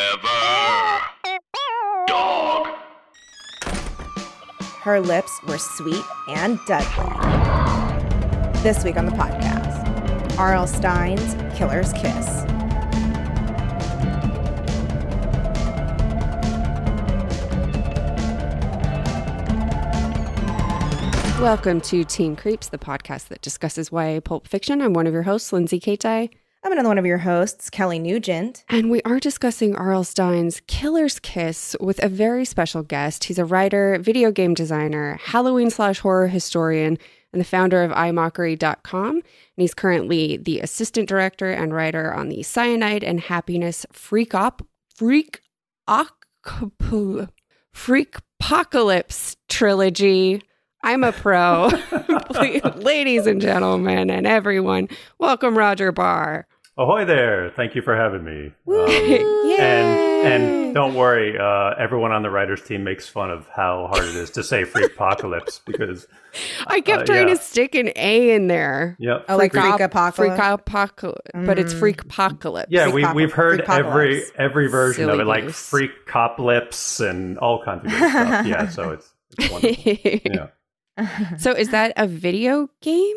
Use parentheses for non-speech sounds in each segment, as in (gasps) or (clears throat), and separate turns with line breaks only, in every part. Forever. Dog.
Her lips were sweet and Dudley. This week on the podcast, R.L. Stein's Killer's Kiss.
Welcome to Teen Creeps, the podcast that discusses YA pulp fiction. I'm one of your hosts, Lindsay Kate,
I'm another one of your hosts, Kelly Nugent.
(laughs)
and we are discussing R.L. Stein's Killer's Kiss with a very special guest. He's a writer, video game designer, Halloween slash horror historian, and the founder of iMockery.com. And he's currently the assistant director and writer on the Cyanide and Happiness Freak Op Freak Ocapul Freak Apocalypse trilogy. I'm a pro. Ladies and gentlemen, and everyone, welcome Roger Barr.
Ahoy there! Thank you for having me. Um,
Yay.
and and don't worry, uh, everyone on the writers team makes fun of how hard it is to say "freak apocalypse" because
I kept
uh,
trying
yeah.
to stick an A in there.
yep,
Oh, like
op-
Freak Apocalypse.
Freak apocalypse. But it's
Mm.
freak apocalypse.
yeah, we
freakpocalypse-
we've heard every
freakpocalypse.
every version
Silly
of it, like
goose.
"freak coplips" and all kinds of good stuff. Yeah, so it's,
(laughs)
it's wonderful. Yeah.
so is that a video game?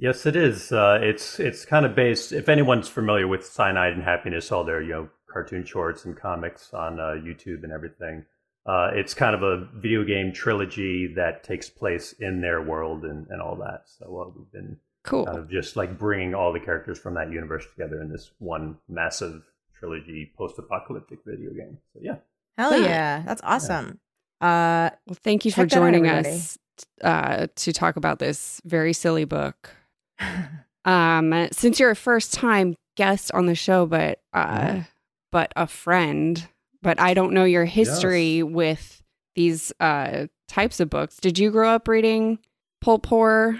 Yes, it is. Uh, it's it's kind of based. If anyone's familiar with Cyanide and Happiness, all their you know cartoon shorts and comics on uh, YouTube and everything, uh, it's kind of a video game trilogy that takes place in their world and, and all that. So uh, we've been
Cool.
kind of just like bringing all the characters from that universe together in this one massive trilogy post-apocalyptic video game. So yeah,
Hell
Yeah.
yeah. That's awesome. Uh,
Well, thank you for
Check that out,
joining
everybody.
us uh, to talk about this very silly book.
Uh,
um, since you're a first time guest on the show, but uh,
Mhm.
but a friend, but I don't know your history
Yes.
with these uh, types of books. Did you grow up reading pulp horror?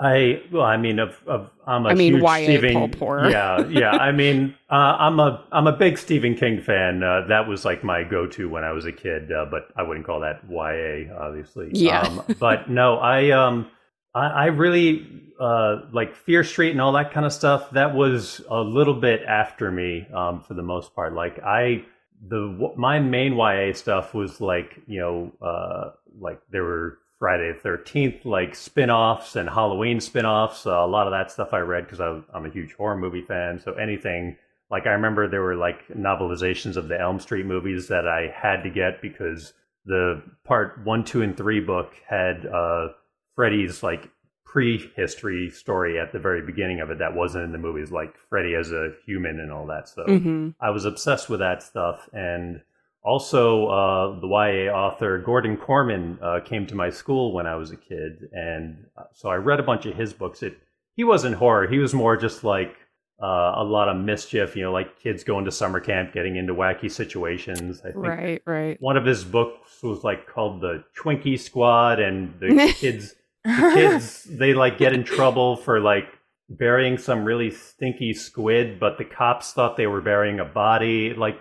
I well, I mean, of of I'm a
I mean,
huge
YA
Stephen.
pulp horror.
Yeah, yeah. I mean, uh, I'm a I'm a big Stephen King fan. Uh, that was like my go-to when I was a kid, uh, but I wouldn't call that YA, obviously.
Yeah.
Um, but no, I um I, I really uh like Fear Street and all that kind of stuff. That was a little bit after me, um, for the most part. Like I the my main YA stuff was like you know uh, like there were Friday the Thirteenth like spin-offs and Halloween spin-offs. Uh, a lot of that stuff I read because I'm a huge horror movie fan. So anything like I remember there were like novelizations of the Elm Street movies that I had to get because the part one, two, and three book had uh, Freddy's like prehistory story at the very beginning of it that wasn't in the movies, like Freddy as a human and all that. So
Mm-hmm.
I was obsessed with that stuff. And also, uh, the YA author Gordon Corman uh, came to my school when I was a kid, and uh, so I read a bunch of his books. It he wasn't horror; he was more just like uh, a lot of mischief, you know, like kids going to summer camp, getting into wacky situations. I think
Right, right.
one of his books was like called the Twinkie Squad, and the kids the kids they like get in trouble for like burying some really stinky squid but the cops thought they were burying a body like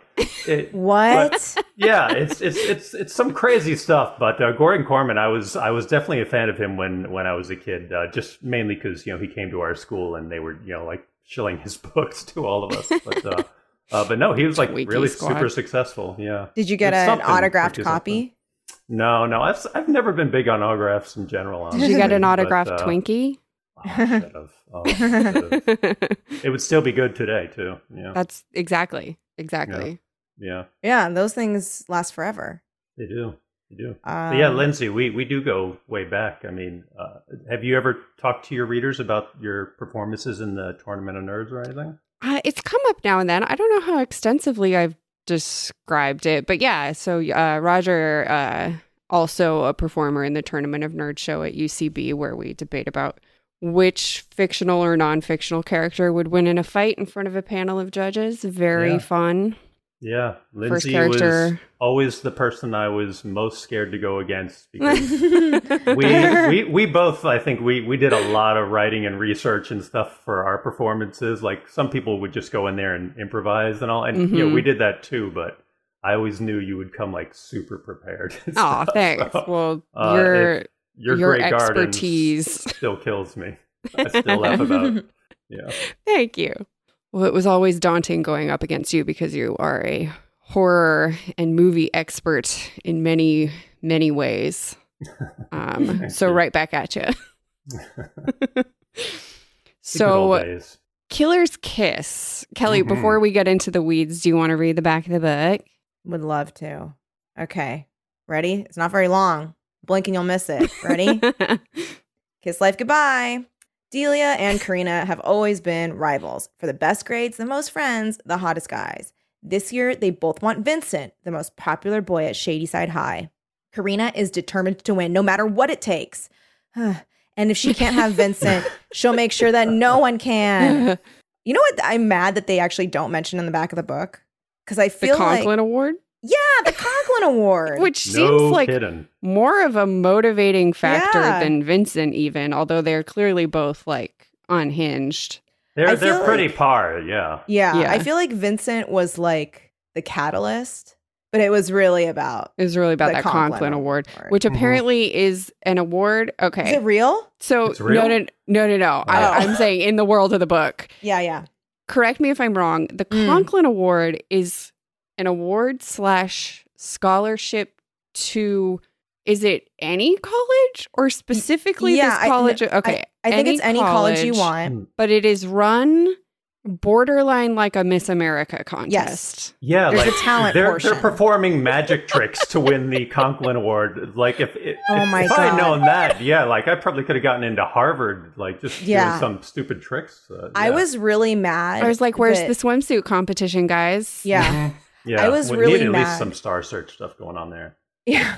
(laughs)
it,
what?
yeah it's it's it's it's some crazy stuff but uh, gordon corman i was i was definitely a fan of him when when i was a kid uh, just mainly because you know he came to our school and they were you know like shilling his (laughs) books to all of us but uh, uh but no he was like
Twinkie
really
Squad.
super successful yeah
Did you get
It's
an
something,
autographed
which is
copy?
no no i've i've never been big on autographs in general
Did you get an
honestly, (laughs) but,
autographed
uh,
Twinkie?
Oh, I should've. Oh, I (laughs) should've. it would still be good today too. Yeah,
(laughs) That's exactly, exactly.
yeah,
Yeah, those things last forever.
they do, they do.
Um,
But yeah, Lindsay, we we do go way back. I mean, uh, have you ever talked to your readers about your performances in the Tournament of Nerds or anything?
Uh, it's come up now and then. I don't know how extensively I've described it, but yeah. So uh, Roger, uh, also a performer in the Tournament of Nerd show at UCB, where we debate about which fictional or non-fictional character would win in a fight in front of a panel of judges. Very
Yeah.
fun.
Yeah,
First
Lindsay was
character.
always the person I was most scared to go
(laughs)
against because (laughs) we, we we both I think we we did a lot of writing and research and stuff for our performances. Like some people would just go in there and improvise and all, and you know,
Mhm.
we did that too. But I always knew you would come like super prepared. and
Oh,
stuff, (laughs)
thanks.
so
Well,
uh,
your
if- your
your
great garden
expertise.
still kills me. (laughs) I still laugh
(laughs)
about. It. Yeah,
Thank you. Well, it was always daunting going up against you because you are a horror and movie expert in many, many
(laughs)
ways. Um,
Thank
so,
you.
right back at you.
The good old
so,
days.
Killer's Kiss. Kelly,
Mhm.
before we get into the weeds, do you want to read the back of the book?
Um, Would love to. Okay. Ready? It's not very long. Blink and you'll miss it.
(laughs)
Ready?
(laughs)
Kiss life goodbye. Delia and Karina have always been rivals for the best grades, the most friends, the hottest guys. This year, they both want Vincent, the most popular boy at Shadyside High. Karina is determined to win no matter what it takes. (sighs) and if she can't have Vincent, she'll make sure that no one can.
the
You know what? I'm mad that they actually don't mention in the back of the book because I feel
Conklin
like
Award,
yeah, the Conklin Award.
which
no
seems like
kidding.
more of a motivating factor
Yeah.
than Vincent, even, although they're clearly both like unhinged.
They're
I
they're
feel
pretty
like-
par, yeah.
yeah,
Yeah.
I feel like Vincent was like the catalyst, but it was really about.
It was really about
The
that
Conklin
Conklin,
Award.
Award,
Mm-hmm.
which
Mhm.
apparently is an award.
Is it Oh.
Okay.
real?
So,
It's
no,
real?
no, no, no, no.
Wow.
I, I'm saying in the world of the book.
Yeah, yeah.
Correct me if I'm wrong. The
Mm.
Conklin Award is an award slash scholarship to, is it any college or specifically
yeah, I-
this college? okay.
I think
Any
it's any college, you
college.
Mm,
want.
but it is run borderline like a Miss America contest.
Yeah,
There's
like
the talent
they're
portion.
they're performing magic tricks to
(laughs)
win the Conklin Award. Like if if,
Oh
if-
my
if I
God.
had known that, yeah, like I probably could have gotten into Harvard, like just
Yeah.
doing some stupid tricks. Uh,
I
yeah.
was really mad.
I was like, where's
that-
the swimsuit competition, guys?
(laughs) Yeah,
(laughs) Mhm. yeah.
I was
We
really
need at
mad.
least some star search stuff going on there.
Yeah.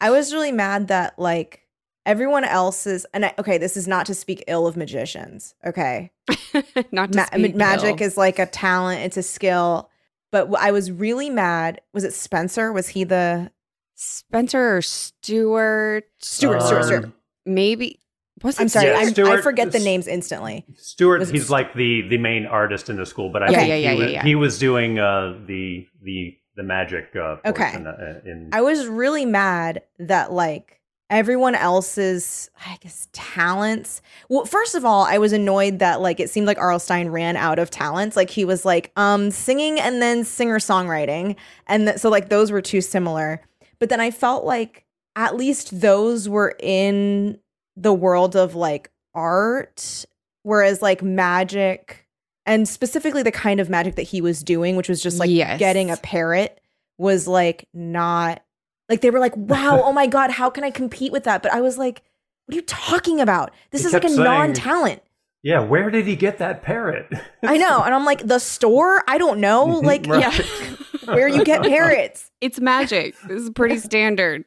I was really mad that like everyone else's and I, okay, this is not to speak ill of magicians. Okay.
(laughs) Not to
Ma-
speak
magic
ill.
is like a talent, it's a skill. But wh- I was really mad. Was it Spencer? Was he the
Spencer or Stewart.
Stuart? Stuart, Stuart.
Um,
Maybe. Was it
I'm sorry.
yeah,
I'm, I
Stuart
forget the
is-
names instantly.
Stewart,
Was it
he's
S-
like the the main artist in the school, but I
Okay,
think
yeah, yeah,
he,
yeah,
was,
yeah.
he was doing uh, the the the magic. Uh,
Okay.
portion, uh, in,
I was really mad that like everyone else's, I guess, talents. Well, first of all, I was annoyed that like it seemed like Arlstein ran out of talents. Like he was like um singing and then singer songwriting, and th- so like those were too similar. But then I felt like at least those were in the world of like art, whereas like magic. And specifically, the kind of magic that he was doing, which was just like
Yes.
getting a parrot was like not like they were
(laughs)
like, wow, oh my god, how can I compete with that? But I was like, what are you talking about? This
He
is like a
kept saying-
non-talent.
yeah, where did he get that parrot?
I know, and I'm like, the store? I don't
(laughs)
know, like
Right.
yeah, where you
(laughs)
get parrots?
It's magic. this
(laughs)
is pretty standard.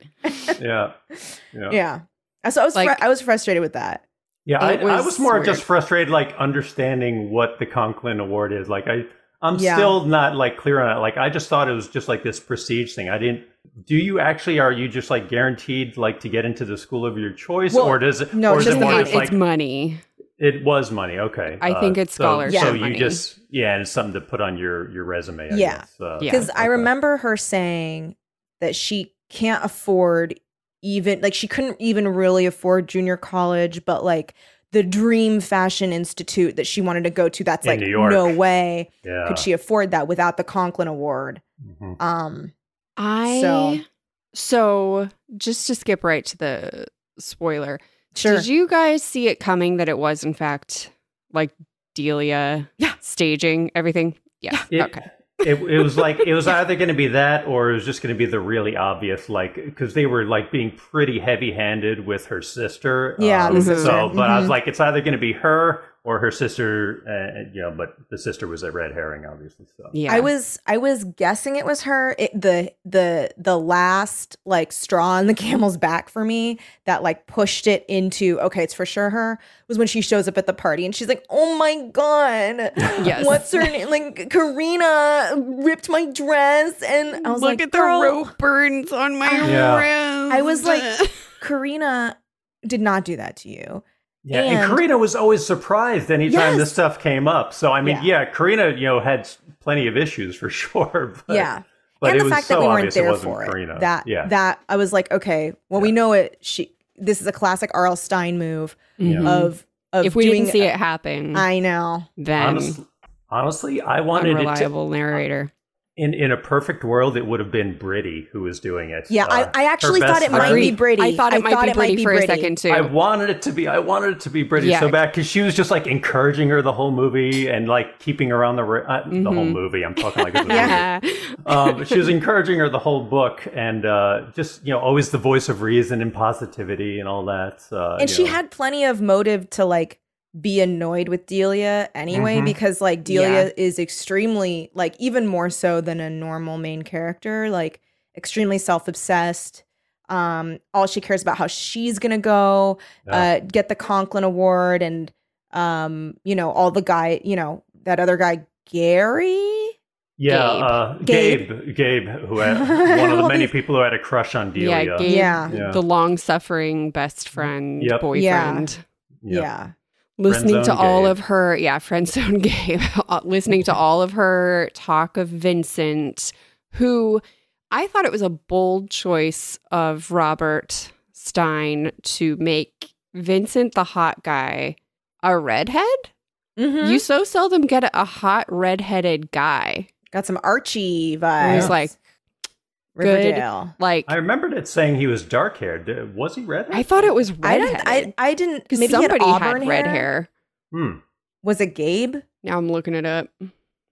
yeah, yeah.
Yeah. So I was
Like-
fr- I was frustrated with that.
Yeah, I,
It
I
was
was more
weird.
just frustrated, like understanding what the Conklin Award is. Like, I I'm
Yeah.
still not like clear on it. Like, I just thought it was just like this prestige thing. I didn't. Do you actually are you just like guaranteed like to get into the school of your choice,
Well,
or does it?
no,
or is
just
it
the
more
money.
just like
it's money.
it was money? Okay, Uh,
I think it's scholarship
So, so
money.
you just yeah, and it's something to put on your your resume. I
Yeah.
guess. Uh,
Yeah.
Because I
okay.
remember her saying that she can't afford even like she couldn't even really afford junior college, but like the Dream Fashion Institute that she wanted to go to, that's
In
like
New York.
no way.
Yeah.
could she afford that without the Conklin Award?
Mhm.
Um,
I
So-
so. just to skip right to the spoiler.
sure.
Did you guys see it coming that it was in fact like Delia
Yeah.
staging everything? Yeah.
It-
okay.
it, it was like
(laughs)
it was either going to be that or it was just going to be the really obvious like because they were like being pretty heavy-handed with her sister um,
Yeah,
the
so
sister.
but i was
Mhm.
like it's either going to be her or her sister uh, you know but the sister was a red herring obviously so
Yeah.
I was I was guessing it was her. It, the the the last like straw in the (laughs) camel's back for me that like pushed it into okay, it's for sure her was when she shows up at the party and she's like, oh my god,
Yes.
what's her name? Like Karina ripped my dress and I was
Look
like,
at the
"Girl,
rope burns on my
Yeah.
wrist.
I was like-
(laughs)
(laughs) Karina did not do that to you.
yeah and,
And-
karina was always surprised anytime
Yes.
this stuff came up so i mean
Yeah.
yeah, karina you know had s- plenty of issues for (laughs) sure but,
yeah.
but
and
it
the
was
fact
so
that we weren't
obvious it
there
wasn't
for
karina
it. That
yeah
that I was like, okay, well, we
Yeah.
know it. She this is a classic R.L. Stein move
Yeah.
Mhm.
of of
if we
doing,
didn't see it happen,
I know.
then
honestly, honestly i wanted it to
unreliable narrator.
in in a perfect world, it would have been Britty who was doing it.
Yeah, I,
Uh,
I
her
actually
best
thought it might
friend-
be Brady.
I thought it might be Brady for a second too. (laughs)
I wanted it to be. I wanted it to be Britty
Yeah.
so bad because she was just like encouraging her the whole movie and like keeping her on the ri- uh, the whole
Mhm.
movie. I'm talking
(laughs)
like it's a movie.
yeah.
um, she was encouraging her the whole book and uh, just you know always the voice of reason and positivity and all that uh,
and
you
she
know.
had plenty of motive to like be annoyed with Delia anyway
Mhm.
because like Delia is extremely like even more so than a normal main character like extremely self-obsessed um all she cares about how she's going to go uh get the Conklin award and um you know all the guy you know that other guy Gary
yeah
Gabe.
uh,
Gabe.
Gabe Gabe, who had, one of the many people who had a crush on Delia
Yeah, Gabe,
Yeah.
Yeah.
the long-suffering best friend,
Yep.
boyfriend.
Yeah.
yeah
listening to
Friendzone
all
Gabe.
of her yeah friend (laughs) zone gabe uh, listening to all of her talk of vincent who i thought it was a bold choice of robert stein to make vincent the hot guy a redhead
Mhm.
you so seldom get a hot redheaded guy
got some Archie
i
vibes
was like good.
Riverdale
like
I remembered it saying he was dark haired. Uh, Was he red?
i thought it was
I
redheaded
don't. I, I didn't.
because
Maybe he had
somebody had,
auburn
red
hair.
hair
Hmm.
Was it Gabe?
now i'm looking it up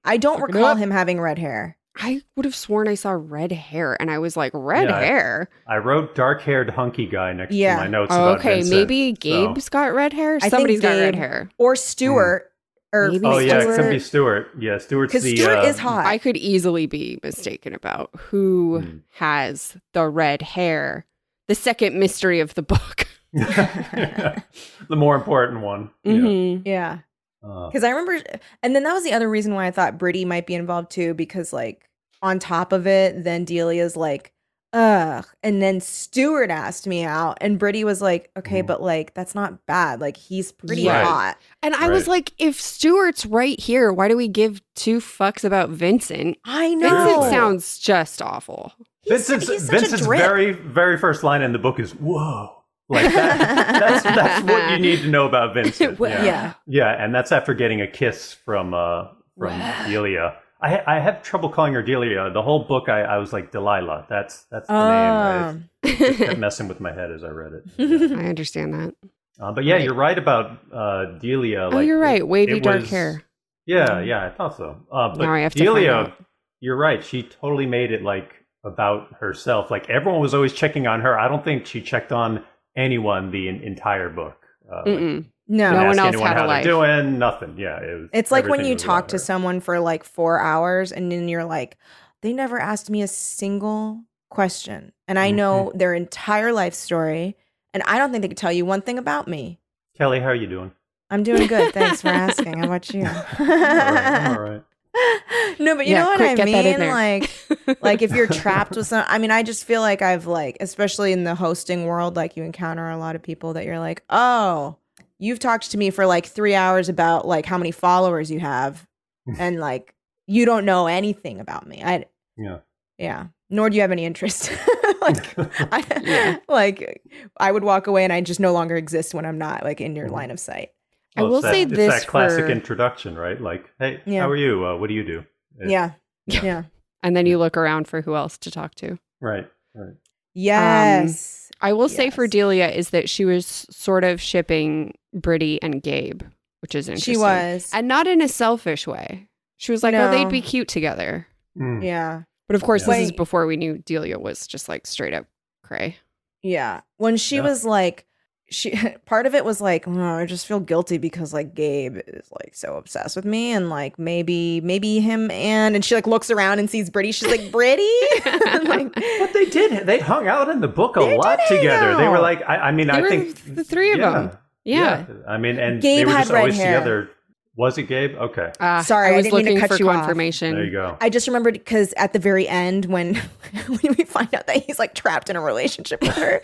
I don't
Look it
recall
up.
him having red hair.
i would have sworn i saw red hair and i was like red
Yeah, I-
hair
I wrote dark haired hunky guy next
Yeah.
to my notes
Oh,
about
okay,
Vincent,
maybe
so-
Gabe's got red hair.
think
Somebody's got red
Gabe-
hair.
Or Stewart. Or
Maybe
Oh yeah, it
Stewart.
could be Stewart. Yeah, Stewart's
'Cause
the
Stewart
uh,
is hot.
I could easily be mistaken about who
Hmm.
has the red hair. The second mystery of the book.
the more important one. (laughs) Yeah.
Mhm.
yeah,
Uh,
because I remember, and then that was the other reason why I thought Britty might be involved too, because like on top of it, then Delia's like, ugh, and then Stewart asked me out, and Britty was like, okay,
Hmm.
Mhm.
but like that's not bad. Like he's pretty
Right.
hot.
And I was
Right.
like, if Stuart's right here, why do we give two fucks about Vincent?
I
Vincent
know.
Seriously.
sounds just awful. (laughs)
He's-
Vincent's,
he's such a
Vincent's
drip.
very very first line in the book is "Whoa." Like that, that's that's what you need to know about Vincent.
Well,
yeah.
yeah.
Yeah, and that's after getting a kiss from uh, from
Wow.
Delia. I I have trouble calling her Delia. The whole book, I, I was like Delilah. That's that's the name.
Um,
I
Oh.
just kept messing with my head as I read it.
I understand that.
Uh, but yeah,
Right.
you're right about uh, Delia.
oh,
like,
you're
it-
right. Wavy
it
dark
was-
hair.
Yeah, yeah, I thought so. Uh, but
Now I have to find
Delia,
out.
you're right. She totally made it like about herself. Like everyone was always checking on her. I don't think she checked on anyone the en- entire book. Uh, like, didn't
Mm-mm.
(laughs) no,
No one
ask
else
anyone
had a
how
life.
they're doing. Nothing. Yeah, it was.
It's like when
everything
you
was
talk
about
to
her.
someone for like four hours and then you're like, they never asked me a single question. And I know their entire life story. And I don't think they could tell you one thing about me.
Kelly, how are
(laughs)
you doing?
I'm doing good. Thanks for asking. How about you?
All right, (laughs) I'm all right.
(laughs) no, but you
Yeah,
know what
quick,
I
get that
mean?
in there.
Like,
(laughs)
like if you're trapped with some i mean i just feel like i've like especially in the hosting world like you encounter a lot of people that you're like oh you've talked to me for like three hours about like how many followers you have and like you don't know anything about me i
Yeah.
yeah nor do you have any interest (laughs)
(laughs)
like I,
Yeah.
like i would walk away and i just no longer exist when i'm not like in your line of sight
I
Well,
will
it's that-
say
it's
this
that classic
for-
introduction, right? Like, hey,
Yeah.
how are you? Uh, what do you do? Yeah.
yeah yeah
and then you look around for who else to talk to.
Right.
yes
I will say for
Yes.
Delia is that she was sort of shipping Britty and Gabe, which is interesting.
she was
And not in a selfish way. She was like,
No.
oh, they'd be cute together.
Mm.
yeah
But of course, this is
Wait.
before we knew Delia was just like straight up cray.
Yeah. When she
Yeah.
was like, she (laughs) part of it was like, oh, I just feel guilty because like Gabe is like so obsessed with me and like maybe maybe him and and she like looks around and sees Britty. She's like Britty.
(laughs)
I'm (laughs) like,
But they did. They hung out in the book a
They
lot
did hang
together. They were
out.
like, I, I mean,
They
I
were
think
the three of
yeah,
them. Yeah.
I mean, and they
Gabe
were
had
just
red
always
hair.
together. Was it Gabe? Okay,
Ah,
Sorry, I
I was
didn't mean to
looking
cut
for
you off.
confirmation.
there you go.
I just remembered because at the very end when (laughs) when we find out that he's like trapped in a relationship with her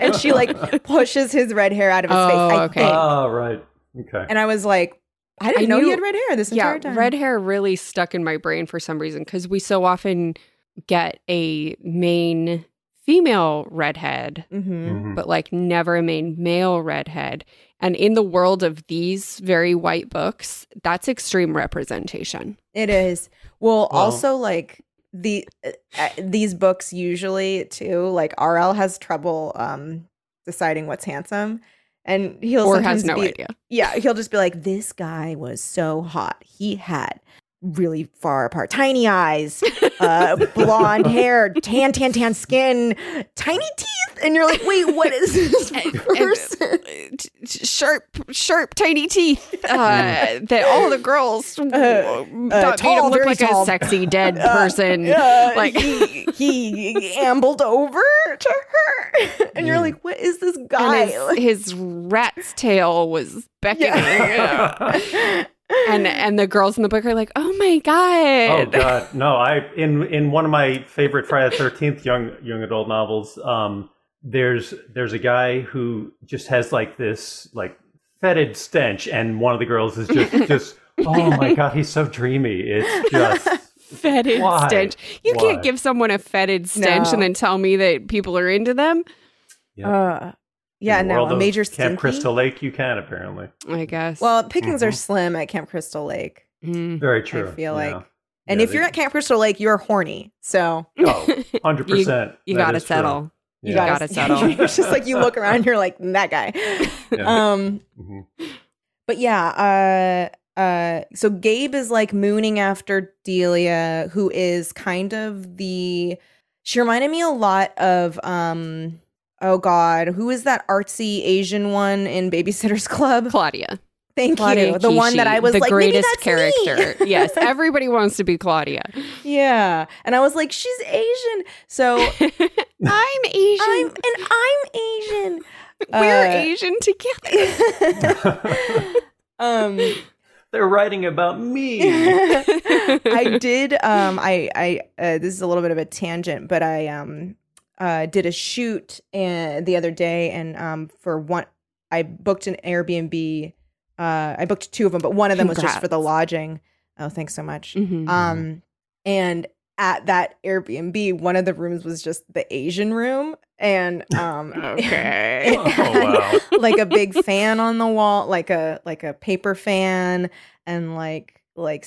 and (laughs) she
(laughs)
(laughs)
like pushes his red hair out of his
Oh,
face. I
okay.
think.
Oh, right. Okay.
and I was like, I didn't
I
know
knew-
he had red hair this entire
Yeah,
time.
red hair really stuck in my brain for some reason because we so often get a main female redhead
hmm (laughs)
Mhm.
but like never a main male redhead. And in the world of these very white books, that's extreme representation.
It is. Well, also like the uh, these books usually too like RL has trouble um deciding what's handsome and he'll
or has
sometimes
no
be,
idea.
(laughs) yeah he'll just be like this guy was so hot he had really far apart tiny eyes
(laughs)
uh blonde hair tan tan tan skin tiny teeth and you're like wait what is this
(laughs) And- and-
person
T- t- sharp, sharp, tiny
(laughs)
teeth uh, that all the girls
Uh,
w-
uh,
thought made
tall,
him look
very
like
tall.
a sexy
(laughs)
dead
Uh,
person.
uh,
(laughs) like-
he,
(laughs)
he ambled over to her and you're
Mm.
like what is this guy (laughs)
and (laughs)
Like-
his, his rat's tail was beckoning. and and the girls in the book are like, "Oh my
Oh
god!"
God, no! I in in one of my favorite Friday the Thirteenth young young adult novels. Um, there's there's a guy who just has like this like fetid stench, and one of the girls is
(laughs)
just just oh my God, he's so dreamy. It's just
fetid
Why?
stench. You
Why?
can't give someone a fetid stench
No.
and then tell me that people are into them.
Yep.
Uh, (laughs) yeah,
in the
no,
world
a
of
major stinky.
Camp Crystal Lake. You can apparently
I guess.
Well, pickings are
Mhm.
slim at Camp Crystal Lake,
Mm.
very true.
I feel
yeah.
like. And
Yeah,
if
they-
you're at Camp Crystal Lake, you're horny. So
oh, 100 percent.
you gotta settle.
you
Yeah.
gotta, (laughs)
Gotta settle.
it's just like you look around, you're like that guy. Um,
Mhm.
but yeah, uh, uh, so Gabe is like mooning after Delia, who is kind of the. She reminded me a lot of um. Oh God, who is that artsy Asian one in Babysitters (laughs) Club?
Claudia.
Thank
Claudia
you. The one that
Kishi,
I was
the
like, maybe
greatest
that's me."
character. yes, everybody wants to be Claudia.
(laughs) Yeah. And I was like, she's Asian.
(laughs)
So
I'm Asian.
I'm and I'm Asian.
We're
Uh,
Asian together.
(laughs)
(laughs)
um
Mm-hmm. (laughs) They're writing
(laughs)
about me.
(laughs)
(laughs)
I did um I I uh, this is a little bit of a tangent, but I um uh did a shoot and the other day and um for one I booked an Airbnb uh I booked two of them, but one of them was just for the
Congrats.
lodging. Oh, thanks so much.
Mhm.
Um, and at that Airbnb, one of the rooms was just the Asian room, and um,
(laughs) okay.
(laughs)
it
Oh,
had,
wow.
like a big fan on the wall, like a like a paper fan, and like like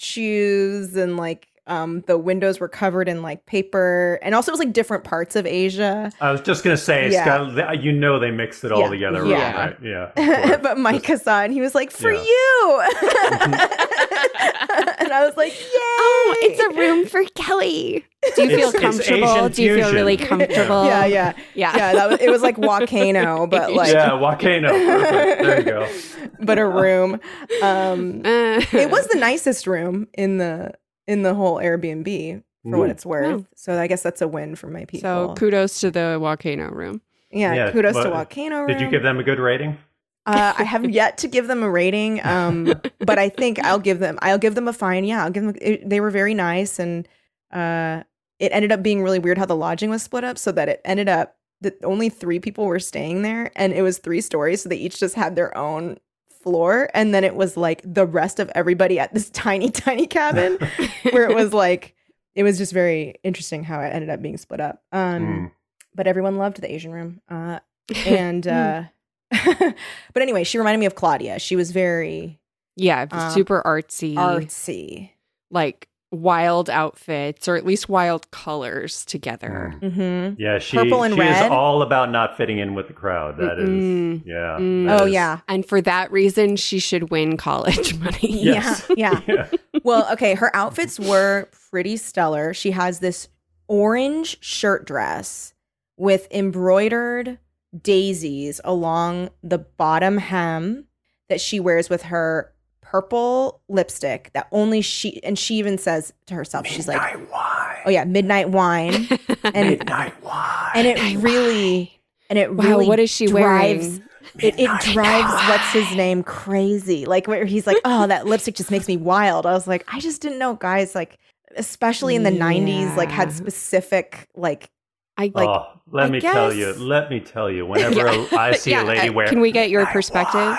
statues, and like um, the windows were covered in like paper, and also it was like different parts of Asia.
I was just gonna say,
Yeah.
Scott, you know they mixed it all
Yeah.
together,
Yeah.
right? Yeah.
(laughs)
of course.
(laughs) but Micah saw it and he was like, "For
Yeah.
you," and I was like, "Yay!"
Oh, it's a room for Kelly. Do you feel
It's- it's
comfortable?
Asian
Do you feel
fusion.
really comfortable?
yeah, yeah.
Yeah.
yeah, that was, it was like volcano, but like
yeah, volcano. Perfect. There you go.
but a room. Um,
(laughs) Uh,
it was the nicest room in the in the whole Airbnb for what
Mm.
it's worth. So I guess that's a win for my
So
people.
kudos to the volcano room.
yeah,
Yeah,
kudos to
but
volcano room.
Did you give them a good rating?
Uh, I have yet to give them a rating, um, but I think I'll give them. I'll give them a fine. Yeah, I'll give them. It, they were very nice, and uh, it ended up being really weird how the lodging was split up, so that it ended up that only three people were staying there, and it was three stories, so they each just had their own floor, and then it was like the rest of everybody at this (laughs) tiny, tiny cabin, where it was like it was just very interesting how it ended up being split up. Um,
Mm.
but everyone loved the Asian room. Uh, and uh,
Mm.
(laughs) but anyway, she reminded me of Claudia. She was very
(laughs) yeah,
uh,
super artsy,
artsy.
like wild outfits or at least wild colors together.
Mm.
hmm
Yeah, she,
Purple and
she
red?
is all about not fitting in with the crowd. That is,
Mm-mm.
yeah.
Mm.
that
Oh
is-
yeah,
And for that reason, she should win college (laughs) money.
Yes.
yeah,
(laughs) yeah.
(laughs) yeah. Well, okay, her outfits were pretty stellar. She has this orange shirt dress with embroidered daisies along the bottom hem that she wears with her purple lipstick that only she and she even says to herself she's like
wine.
oh yeah midnight wine
(laughs)
and
Midnight wine.
and it really and it
Wow,
really
what is she
drives,
(laughs) wearing?
It, it
Midnight
drives what's his name crazy like where he's like oh that lipstick just makes me wild i was like i just didn't know guys like especially in the 90s like had
Yeah.
specific like (laughs)
I
Like,
(laughs) like.
oh, let
I
me tell you.
guess-
Let me tell you. Whenever I see
(laughs) yeah,
a lady
uh,
wear,
Can we get your
midnight
perspective?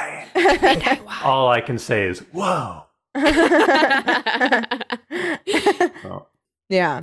wine, all I can say is, whoa.
(laughs)
Oh.
yeah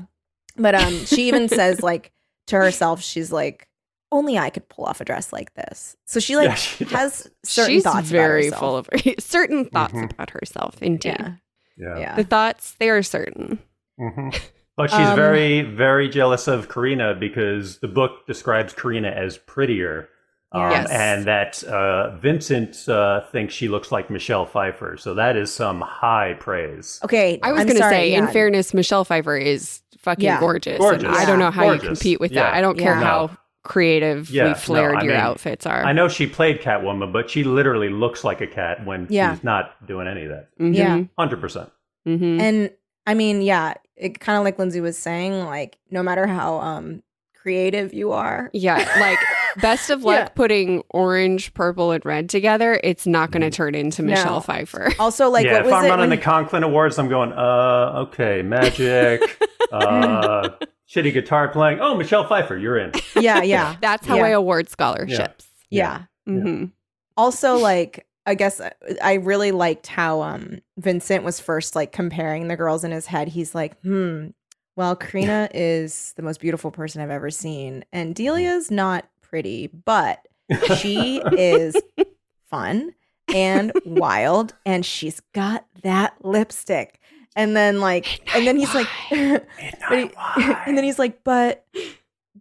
but um she even
(laughs)
says like to herself she's like only i could pull off a dress like this so she like
(laughs) Yeah, she does.
has certain
She's
thoughts
very
about herself.
full of (laughs) certain thoughts
Mhm.
about herself. Indeed,
yeah
Yeah.
yeah
the thoughts they are certain.
Mhm. But she's
Um,
very, very jealous of Karina because the book describes Karina as prettier. Um,
Yes.
And that uh, Vincent uh, thinks she looks like Michelle Pfeiffer. So that is some high praise.
Okay,
I was
I'm
going to
sorry,
say, in
yeah.
fairness, Michelle Pfeiffer is fucking
Yeah.
gorgeous.
Gorgeous.
And I don't
Yeah.
know how
Gorgeous.
you compete with that.
Yeah.
I don't care
Yeah.
No.
how creatively
Yeah, no,
flared
I
your
mean,
outfits are.
I know she played Catwoman, but she literally looks like a cat when
Yeah.
she's not doing any of that.
Mhm.
Yeah.
100%. Mm-hmm.
Mhm.
And I mean, yeah, it kind of like Lindsay was saying, like no matter how um creative you are,
Yeah,
(laughs)
like best of luck
Yeah.
putting orange, purple, and red together. It's not going to
Mm-hmm.
turn into Michelle
No.
Pfeiffer.
Also, like
yeah,
what
if
was
I'm
it?
running
when-
the Conklin Awards, I'm going, uh, okay,
(laughs)
magic, uh, shitty guitar playing. Oh, Michelle Pfeiffer, you're in. (laughs)
yeah, yeah,
(laughs) That's how
Yeah. Mm-hmm.
I award scholarships.
yeah.
Mhm.
Also, like I guess I- I really liked how um Vincent was first like comparing the girls in his head. He's like, hmm. Well, Karina is the most beautiful person I've ever seen, and Delia's not pretty, but she is fun and wild, and she's got that lipstick. And then like, and then he's like, (laughs) But he- (laughs) and then he's like, but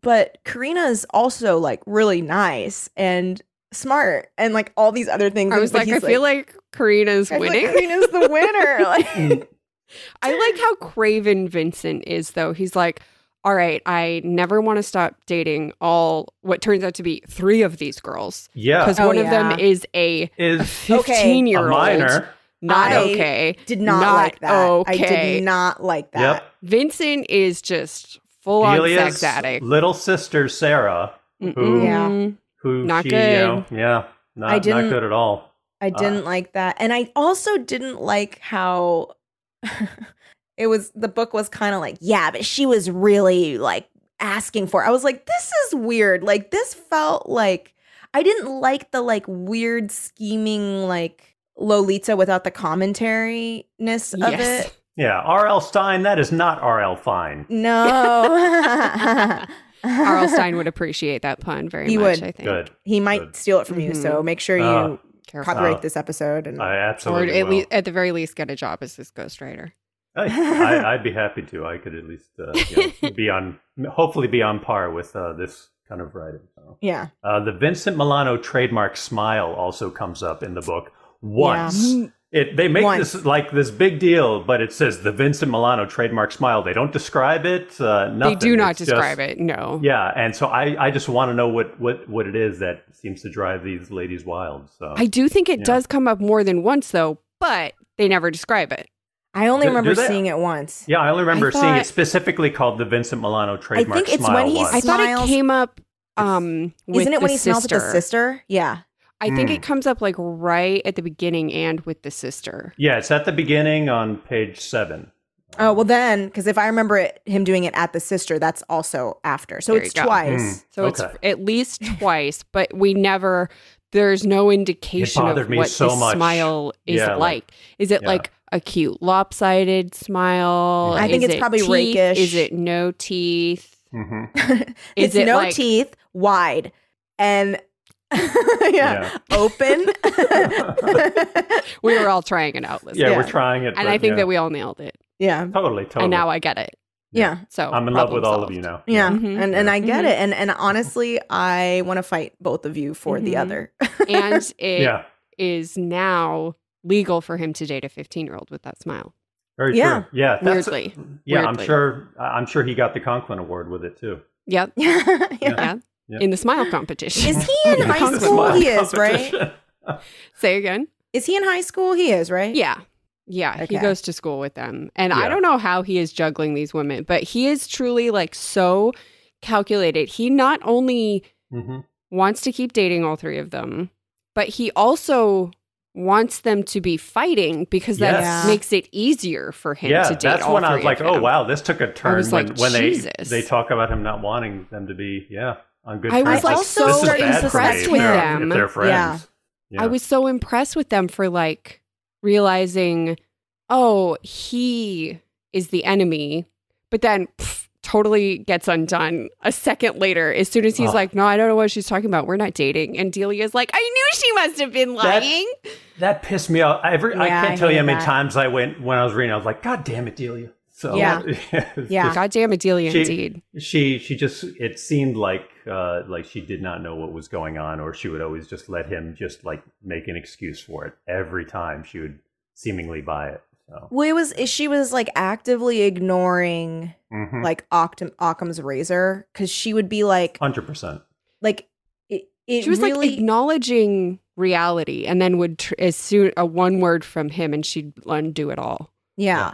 but Karina is also like really nice and smart and like all these other things.
I
And-
was
but
like, I
he's
feel like Karina's
I feel (laughs)
winning.
Like Karina's the winner. (laughs)
Mm.
Like,
I like how craven Vincent is, though. He's like, all right, I never want to stop dating all what turns out to be three of these girls
yeah,
because
Oh,
one of them
yeah.
is a
is
15
a
year old.
minor.
Not
I-
okay.
did not,
Not
like that. I
okay.
did not like that.
Yep.
Vincent is just full on
Delia's
sex addict.
little sister Sarah,
Mm-mm.
Yeah.
who
Not
she,
good.
you know, yeah, not,
I didn't-
not good at all.
I
Uh,
didn't like that. And I also didn't like how (laughs) it was the book was kind of like, yeah, but she was really like asking for. it." I was like, this is weird. Like this felt like I didn't like the like weird scheming like Lolita without the commentaryness of
Yes. (laughs)
it.
Yeah, R.L. Stein, that is not R.L. Fine.
No. (laughs)
Arl Stein would appreciate that pun very
He
much,
would.
I think.
Good.
He might
Good.
steal it from you,
Mhm.
so make sure you
Uh,
Careful.
copyright
uh,
this episode and
I
or
absolutely
at,
will.
least, at the very least, get a job as his ghostwriter.
Hey, I, I'd be happy to. I could at least uh, you
(laughs)
know, be on, hopefully, be on par with uh, this kind of writing. So.
yeah.
Uh, the Vincent Milano trademark smile also comes up in the book once. It, they make
Once.
this like this big deal, but it says the Vincent Milano trademark smile. They don't describe it. Uh,
They
nothing.
do not
It's just-
describe it. No.
Yeah, and so I, I just want to know what, what, what it is that seems to drive these ladies wild. So
I do think it
Yeah.
does come up more than once, though, but they never describe it.
I only
Do- do
remember
they-
seeing it once.
yeah, I only remember seeing
thought-
it specifically called the Vincent Milano trademark
think it's
smile.
when he's-
once.
I thought it
Smiles-
came up um, with
Isn't it
the
when he
sister.
smells at the sister? Yeah.
I think
Mm.
it comes up like right at the beginning and with the sister.
yeah, it's at the beginning on page seven.
Oh well, then because if I remember it, him doing it at the sister, that's also after. So
There
it's
you go.
twice.
Mm,
So
okay.
it's at least
(laughs)
twice, but we never. There's no indication of
bothered me
what
so
the
much.
smile is
Yeah,
like.
like-
Is it
yeah. Mm-hmm.
like a cute lopsided smile?
I
think
Is
it's
it
probably
teeth?
rakish.
Is it no teeth? (laughs)
hmm
Is
it's
it
no
like-
teeth, wide, and (laughs) yeah,
Yeah.
open. (laughs)
We were all trying it out, listen.
Yeah,
Yeah.
we're trying it,
And
but
I think
yeah.
that we all nailed it.
yeah,
totally totally.
And now I get it.
yeah,
So
I'm in love
problem
with all of
solved.
you now.
yeah,
Mhm.
and and I get
Mhm.
it. And and honestly, I want to fight both of you for the
Mhm.
other. (laughs)
and
(laughs)
it is
Yeah.
now legal for him to date a 15 year old with that smile.
Very
Yeah.
true. Yeah. That's,
Weirdly.
Yeah,
Weirdly.
I'm sure I- I'm sure he got the Conklin Award with it too.
Yep.
yeah. yeah.
Yeah.
Yeah.
In the smile competition. (laughs)
(laughs)
Is he in
Yeah.
high
The
school?
Smile
He is right.
(laughs)
competition.
Say again.
Is he in high school? He is right.
Yeah. Yeah. He
Okay.
goes to school with them. And I
Yeah.
don't know how he is juggling these women, but he is truly like so calculated. He not only
Mhm.
wants to keep dating all three of them, but he also wants them to be fighting because that
Yes.
makes it easier for him
Yeah,
to date
that's
all
when I
three
was like,
of
"Oh
them.
wow, this took a turn."
was
when
like,
when
Jesus.
they they talk about him not wanting them to be yeah on good.
I was,
terms.
like, so
this is
starting
bad
to
for me
impressed
if
with
they're-
them.
If they're
Yeah.
friends, yeah.
I was so impressed with them for like realizing, oh, he is the enemy, but then pff, totally gets undone a second later as soon as he's
Oh.
like, no, I don't know what she's talking about. We're not dating. And Delia's like, I knew she must have been
That-
lying.
That pissed me off. Every I
Yeah,
can't
I
tell you how
hated
many
that.
times I went when I was reading. I was like, "God damn it, Delia! So
Yeah.
(laughs) it's
Yeah.
just-
Goddamn Adelia,
She-
indeed.
she she just it seemed like uh, like she did not know what was going on, or she would always just let him just like make an excuse for it every time. She would seemingly buy it. So
Well, it was she was like actively ignoring
Mm-hmm.
mhm.
like Occam, Occam's razor because she would be like,
hundred percent.
like it, it
She was
really,
like acknowledging reality, and then would tr- as soon a one word from him, and she'd undo it all.
yeah.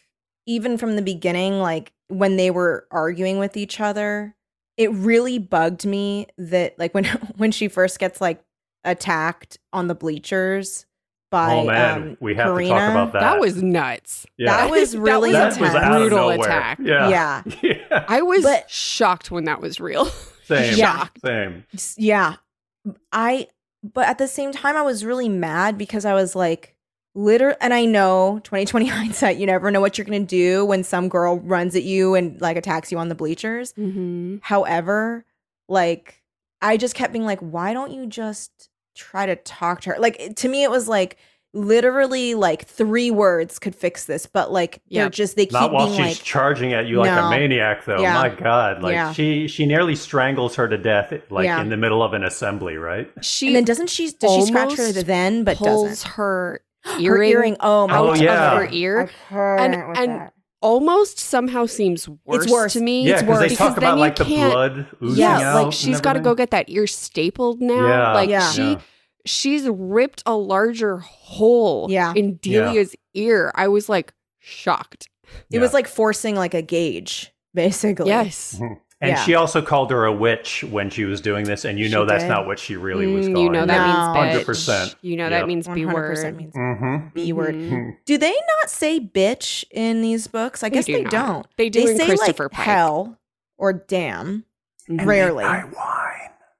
even from the beginning, like when they were arguing with each other, it really bugged me that like (laughs) when when she first gets like attacked on the bleachers by
oh man,
um,
we have to
Karina.
talk about that.
That was nuts.
yeah.
that was really
(laughs) that was
That was
intense.
out of
Brutal
nowhere.
attack.
Yeah.
Yeah.
(laughs) Yeah.
I was
But-
shocked when that was real.
Same.
Yeah.
Same.
Just- yeah i but at the same time i was really mad because i was like liter and i know 2020 (laughs) hindsight you never know what you're gonna do when some girl runs at you and like attacks you on the bleachers
Mm-hmm.
however like i just kept being like why don't you just try to talk to her like it- to me it was like literally like three words could fix this but like they're
Yep.
just they keep
Not while
being
she's
like
charging at you like
No.
a maniac, though.
Yeah.
My God, like
Yeah.
she she nearly strangles her to death, like
Yeah.
in the middle of an assembly, right?
She
and then doesn't she does she scratch her
almost
then but
pulls
doesn't
her
Her
earring,
oh my
out
Oh, yeah.
of her ear.
and,
And- and- Almost somehow seems worse,
worse.
to me.
yeah,
worse.
they talk
Because then
about
you
like the
can't-
blood oozing
Yeah,
out
like she's
got to
go get that ear stapled now.
Yeah.
Like
Yeah.
she she's ripped a larger hole
Yeah.
in
Yeah.
Delia's ear. I was like shocked.
it was like forcing like a gauge (laughs) basically
Yes.
And
Yeah.
she also called her a witch when she was doing this, and you
She
know that's
did.
not what she really was
Mm,
calling.
you know
No.
that means bitch.
100%.
You know
Yep.
that means B
100%
word.
means
Mm-hmm.
b word
Mhm.
Mhm.
do they not say bitch in these books i guess
do
they
not.
don't
They do
they
in
say
Christopher
like
Pike.
hell or damn
Mhm.
rarely
wine.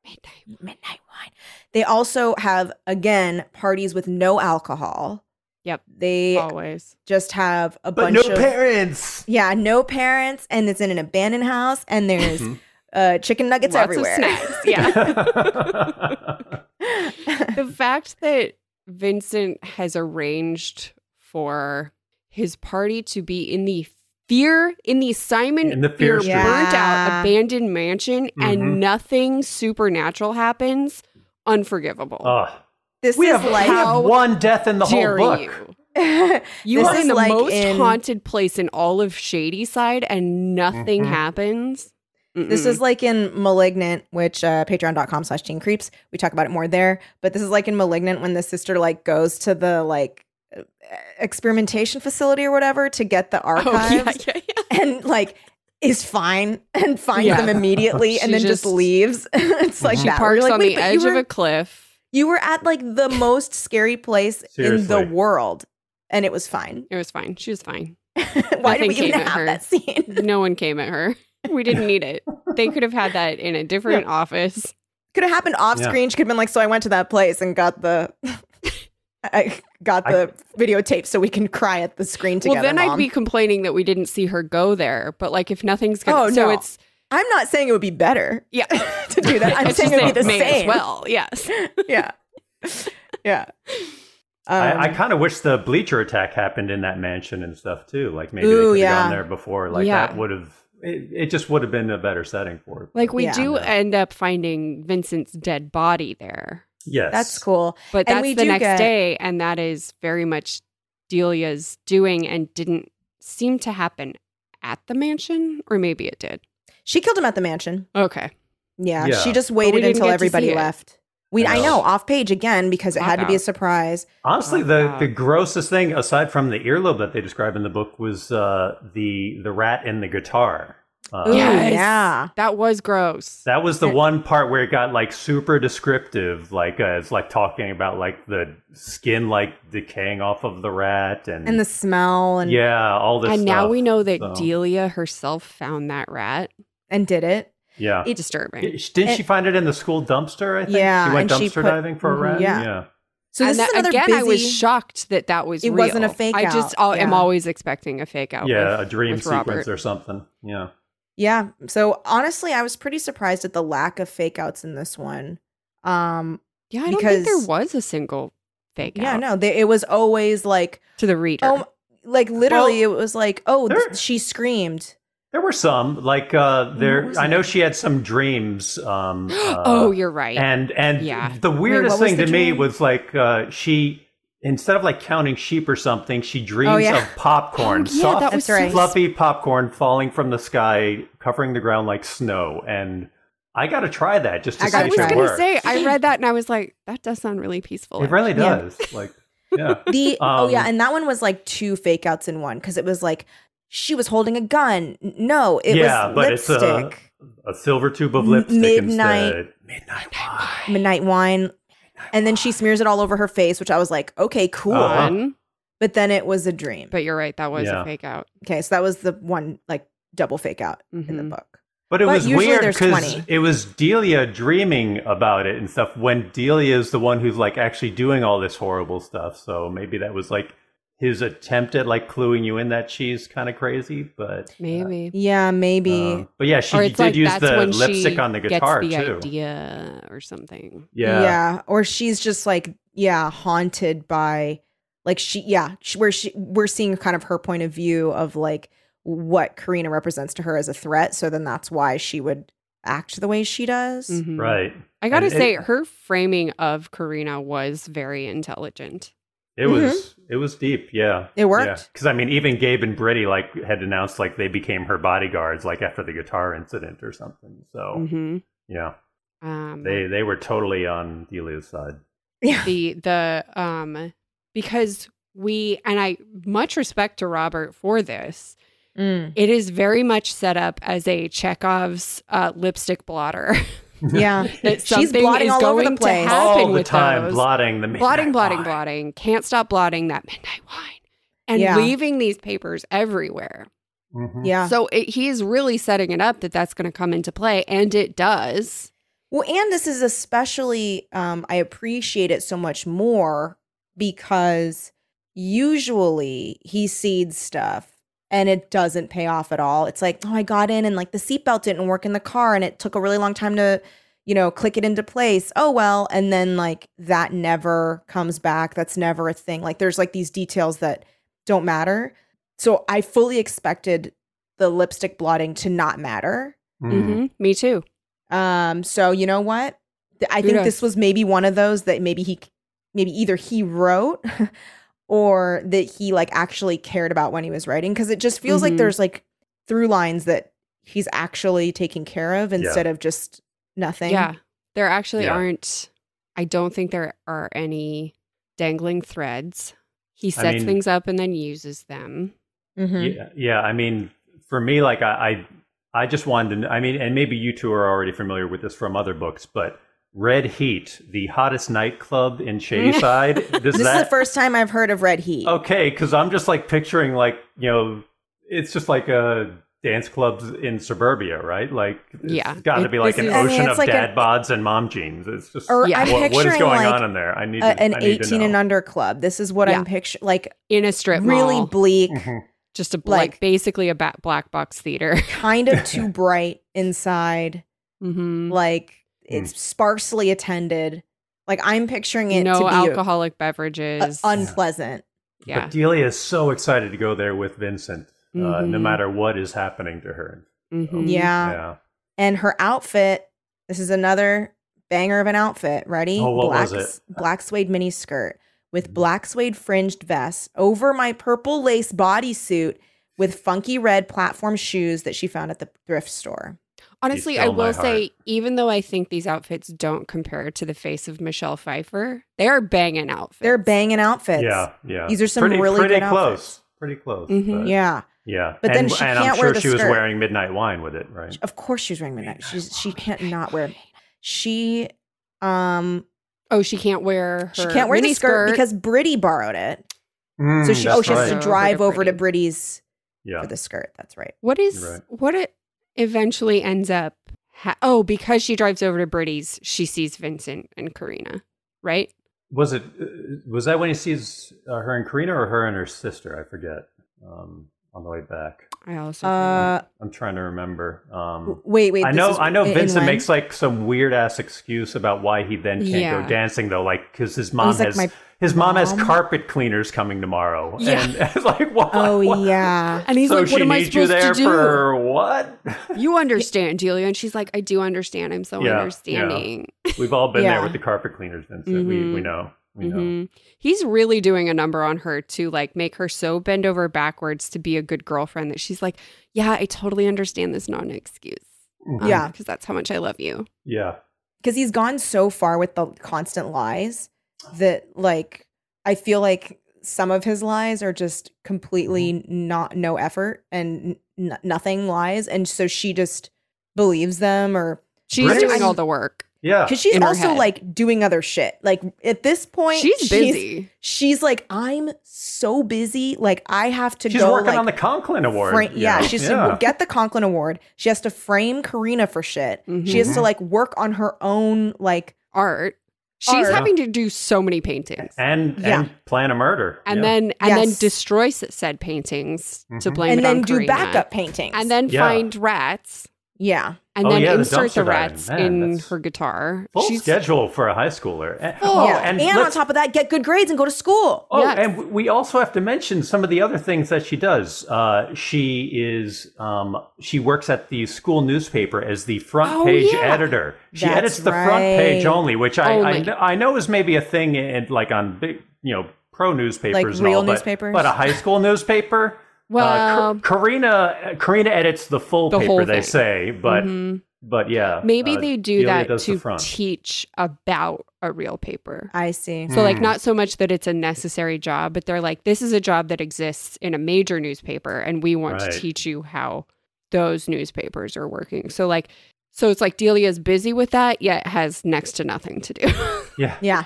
Midnight.
midnight wine they also have again parties with no alcohol
Yep. Oh.
they
Always.
just have a
But
bunch
no
of
parents.
yeah no parents and it's in an abandoned house and there's
Mhm.
uh chicken nuggets
Lots
everywhere
Of snacks. Yeah.
(laughs)
the fact that Vincent has arranged for his party to be in the fear in the Simon
In the Fear
burnt
Street.
Yeah.
out abandoned mansion
Mhm.
and nothing supernatural happens, unforgivable.
Ugh.
(laughs) this
we
is
have,
like
we have one death in Oh, the whole
Dare
book.
you?
(laughs)
You
you
are in the most haunted place in all of Shady Side, and nothing
Mhm.
happens.
This
Mm.
is like in Malignant, which uh, patreon.com slash teen creeps. We talk about it more there. But this is like in Malignant when the sister like goes to the like uh, experimentation facility or whatever to get the
Oh, (laughs)
archives
yeah, yeah, yeah.
and like is fine and finds
Yeah.
them
(laughs)
immediately and
She
then just,
just-
leaves. (laughs) it's like
She
that. We're
Parks
like,
on
"Wait,
the
but
edge
you were,
of a cliff.
You were at like
(laughs)
the most scary place in the
Seriously.
world and it was fine. (laughs)
It was fine. She was fine.
Why did
Nothing
we even
came at
have
her.
that scene?
No one came at her. We didn't need it. They could have had that in a different office.
could have happened off
Yeah.
screen. She could have been like, "So I went to that place and got the, (laughs) I got
I-
the videotape so we can cry at the screen together."
well, then
Mom.
I'd be complaining that we didn't see her go there. But like, if nothing's gonna,
Oh,
so
no.
it's
I'm not saying it would be better (laughs)
yeah.
to do that. I'm
It's just
saying it would be
that
the
may
same.
as well. Yes.
(laughs) Yeah, yeah.
I, I
Um,
kind of wish the bleacher attack happened in that mansion and stuff too. Like maybe
Ooh,
they could have
yeah.
gone there before. Like
Yeah.
that would have. It, it just would have been a better setting for it.
Like we
Yeah.
do end up finding Vincent's dead body there,
yes,
that's cool.
but
And
that's
we
the
do
next
get-
day, and that is very much Delia's doing and didn't seem to happen at the mansion, or maybe it did.
She killed him at the mansion.
Okay.
Yeah,
Yeah.
she just
we
waited
didn't
until
get to see
everybody
it.
left. We I
No.
know off page again because it had to be a
Knockout.
surprise.
Honestly,
Oh,
the,
God.
the grossest thing aside from the earlobe that they describe in the book was uh, the the rat and the guitar. Uh,
Ooh,
Yes.
Oh, yeah.
That was gross.
That was the one part where it got like super descriptive, like uh, it's like talking about like the skin like decaying off of the rat and,
And the smell and
Mm. yeah, all this.
and now
stuff.
we know that
so-
Delia herself found that rat.
and did it.
Yeah,
It-
Disturbing.
didn't she find it in the school dumpster? I think
Yeah,
she went
and
dumpster
she put-
diving for a
Mhm,
rat.
yeah. So this
and
is
that-
another
again,
busy.
I was shocked that that was.
It
real.
wasn't a fake
I just
out,
al- am
yeah.
always expecting a fake out.
yeah,
with-
a dream
with
sequence
Robert.
or something. Yeah.
Yeah. So honestly, I was pretty surprised at the lack of fake outs in this one. Um
Yeah, I don't think there
because-
was a single fake
yeah,
out
no, they, it was always like
to the reader.
(gasps)
oh like literally it was like, oh, th-
there-
she screamed.
There were some like uh, there.
was
I know she had some dreams.
(gasps)
Um, uh,
oh, you're right.
and and
Yeah.
the weirdest
what was
thing
the
to me
dream?
was like uh, she instead of like counting sheep or something, she dreams
Oh, yeah.
of popcorn,
(laughs) Oh, yeah,
soft,
that
That's
was so
right.
fluffy popcorn falling from the sky, covering the ground like snow. And I got to try that just to
I
see
gotta
I
if
was
try
it
gonna
works.
say I read that and I was like, that does sound really peaceful.
it really
Yeah.
does. Like yeah,
The oh yeah,
Um,
and that one was like two fake outs in one because it was like she was holding a gun. N- No, it
yeah,
was
but
lipstick.
it's uh, a a silver tube of
M-
lipstick
midnight-
instead. Midnight wine.
midnight wine. And then she smears it all over her face, which I was like, okay, cool.
Uh-huh.
Fun.
But then it was a dream.
But you're right. That was
Yeah.
a fake out.
okay, so that was the one like double fake out in the
Mm-hmm.
Mhm.
book.
But it
But
was
usually
weird
there's
'cause
20.
it was Delia dreaming about it and stuff when Delia is the one who's like actually doing all this horrible stuff. So maybe that was like his attempt at like cluing you in that she's kind of crazy, but
Maybe.
Yeah, maybe.
um, but yeah, she
or
did
it's like
use
that's
the
when
lipstick
she
on the
gets
guitar
the
too.
idea or something.
Yeah.
Or she's just like, yeah, haunted by like she yeah, she, where she we're seeing kind of her point of view of like what Karina represents to her as a threat. So then that's why she would act the way she does.
Mhm.
right.
I gotta
And it-
say, her framing of Karina was very intelligent.
It
Mm-hmm.
was it was deep, yeah.
It worked.
Because I mean, even Gabe and Brittany like had announced like they became her bodyguards like after the guitar incident or something. So
hmm
Mm-hmm.
yeah,
Um,
Oh. they they were totally on Delia's side.
Yeah.
the the um because we and I much respect to Robert for this.
Mm.
It is very much set up as a Chekhov's uh, lipstick blotter. (laughs)
Yeah.
that
She's
something
blotting
is
all over
going
the place.
to happen
all the
with
time
those.
blotting the midnight
blotting, blotting,
wine.
blotting. Can't stop blotting that midnight wine and
Yeah.
leaving these papers everywhere.
Mhm.
Yeah.
So it, he is really setting it up that that's going to come into play, and it does.
Well, and this is especially, um, I appreciate it so much more because usually he seeds stuff and it doesn't pay off at all. It's like, oh, I got in and like the seatbelt didn't work in the car and it took a really long time to, you know, click it into place. Oh, well. And then like that never comes back. That's never a thing. Like there's like these details that don't matter. So I fully expected the lipstick blotting to not matter. Mm-hmm.
Mhm.
Mhm. Me too.
Um, so you know what? Th- I think
Kudos.
this was maybe one of those that maybe he, maybe either he wrote (laughs) or that he like actually cared about when he was writing because it just feels like
Mhm.
there's like through lines that he's actually taking care of instead of just nothing.
Yeah. There actually
Yeah.
aren't, I don't think there are any dangling threads. He sets
mean-
things up and then uses them.
Mhm.
Mm-hmm. Yeah, yeah. I mean, for me, like I, I, I just wanted to. kn- I mean, and maybe you two are already familiar with this from other books, but Red Heat, the hottest nightclub
(laughs)
in Shadyside. does
Mm-hmm. This is
that
the first time I've heard of Red Heat.
okay? Because I'm just like picturing like you know, it's just like a dance clubs in suburbia, right? Like it's
Yeah.
got to
It-
be like
this
an
is-
I mean,
ocean
it's
of
like
dad
an-
bods and mom jeans. It's just
Or
Yeah.
I'm
what, what is
picturing
going
like
on in there? I need
a-
to,
uh, an
I need
18
to
and
know.
under club. This is what I'm picturing. Like
In a strip
really
mall.
bleak,
Mhm.
just a bl-
like-
like, basically a ba- black box theater. (laughs)
kind
(laughs)
of too bright inside.
mm-hmm.
like
Hmm.
it's sparsely attended. Like I'm picturing it to
No
be
alcoholic
uh,
beverages.
unpleasant.
yeah.
But Delia is so excited to go there with Vincent, uh, no
Mm-hmm.
Mhm.
matter what is happening to her.
Mhm.
Yeah.
Yeah.
and her outfit. This is another banger of an outfit. Ready?
Oh, what
black,
was it? Mm.
s- black suede mini skirt with black suede fringed vest over my purple lace bodysuit with funky red platform shoes that she found at the thrift store.
Honestly,
You
I
stole my
will say, even though I think these outfits don't compare to the face of Michelle Pfeiffer, they are banging outfits.
They're banging outfits.
yeah, yeah.
These are some
pretty,
really
pretty
good
close.
outfits. Mm-hmm,
Pretty close.
Mhm.
but-
Yeah.
Yeah.
But
and,
then she
and I'm
can't
sure
wear the
she was
skirt.
wearing midnight wine with it, right?
Of course she was wearing midnight. She's she can't not wear she um
oh, she can't wear her
she can't wear the
miniskirt.
skirt because Britty borrowed it. So she oh
Mm, that's
she has to
right.
Drive
drive
over to
over to Britty's
Yeah.
for the skirt. That's right.
what is
Right.
what it eventually ends up. Ha- oh, because she drives over to Britty's, she sees Vincent and Karina, right?
Was it? uh, Was that when he sees uh, her and Karina, or her and her sister? I forget. Um, on the way back,
I also
Uh
I'm trying to remember. Um,
wait, wait.
I
this
know.
is
I know.
in- in
Vincent
when?
makes like some weird ass excuse about why he then can't
Yeah.
go dancing though, like because his mom
Oh, he's like,
has (laughs)
"My
his mom, has
mom?"
carpet cleaners coming tomorrow.
Yeah.
And (laughs) it's like what?
Oh
(laughs) what?
yeah.
and he's
so
like,
she
"What am I
needs you
supposed
there
to do?"
for what? (laughs)
You understand, Julia? And she's like, "I do understand. I'm so
Yeah, yeah.
understanding."
We've all been
Yeah. Mm-hmm.
there with the carpet cleaners, Vincent. We we
Mhm.
know. We know.
Mhm. He's really doing a number on her to like make her so bend over backwards to be a good girlfriend that she's like, Yeah, I totally understand this not an excuse.
Mhm.
Yeah.
Because that's how much I love you.
Yeah.
because he's gone so far with the constant lies that like I feel like some of his lies are just completely
Mm-hmm.
not no effort and n- nothing lies, and so she just believes them or
She's
Britney-
doing all the work.
Yeah.
because she's
In her
also
head.
like doing other shit. Like at this point,
She's busy.
She's like, I'm so busy. Like I have to
She's
go.
working
like,
on the Conklin Award.
Fra-
you
yeah,
know?
she's to get the Conklin Award. She has to frame Karina for shit. She has
Mm-hmm.
to like work on her own like
Art. She's
Art.
having to do so many paintings.
and
Yeah.
and plan a murder.
And
Yeah.
then and then
Yes.
destroy s- said paintings to
Mhm.
blame
and
it on
then do
Karina.
backup paintings.
And then
Yeah.
find rats.
yeah,
And
Oh,
then
yeah, the
insert the,
dumpster diving.
rats
Man,
in
that's-
her guitar.
full schedule uh, for a high schooler. And,
Full. Oh,
yeah. And,
and
on
let's-
top of that, get good grades and go to school.
Oh,
Yes.
and we also have to mention some of the other things that she does. Uh, she is um, she works at the school newspaper as the front
Oh,
page
yeah. Oh
edtor. She
That's
edits the front page
right.
only, which I I,
Only.
kn- I know is maybe a thing in like on big you know pro newspapers and
real
all, but-
newspapers?
but, a high school
(laughs)
newspaper.
Well-
uh, Ka- Karina Karina edits the full
The whole
paper they
thing.
say, but
Mhm.
but yeah,
Maybe
uh,
they do
Delia
that
does the
to
front.
teach about a real paper.
I see.
So, like,
Mm.
not so much that it's a necessary job, but they're like, this is a job that exists in a major newspaper, and we want
Right.
to teach you how those newspapers are working. So, like, so it's like Delia's busy with that, yet has next to nothing to do.
yeah.
Yeah,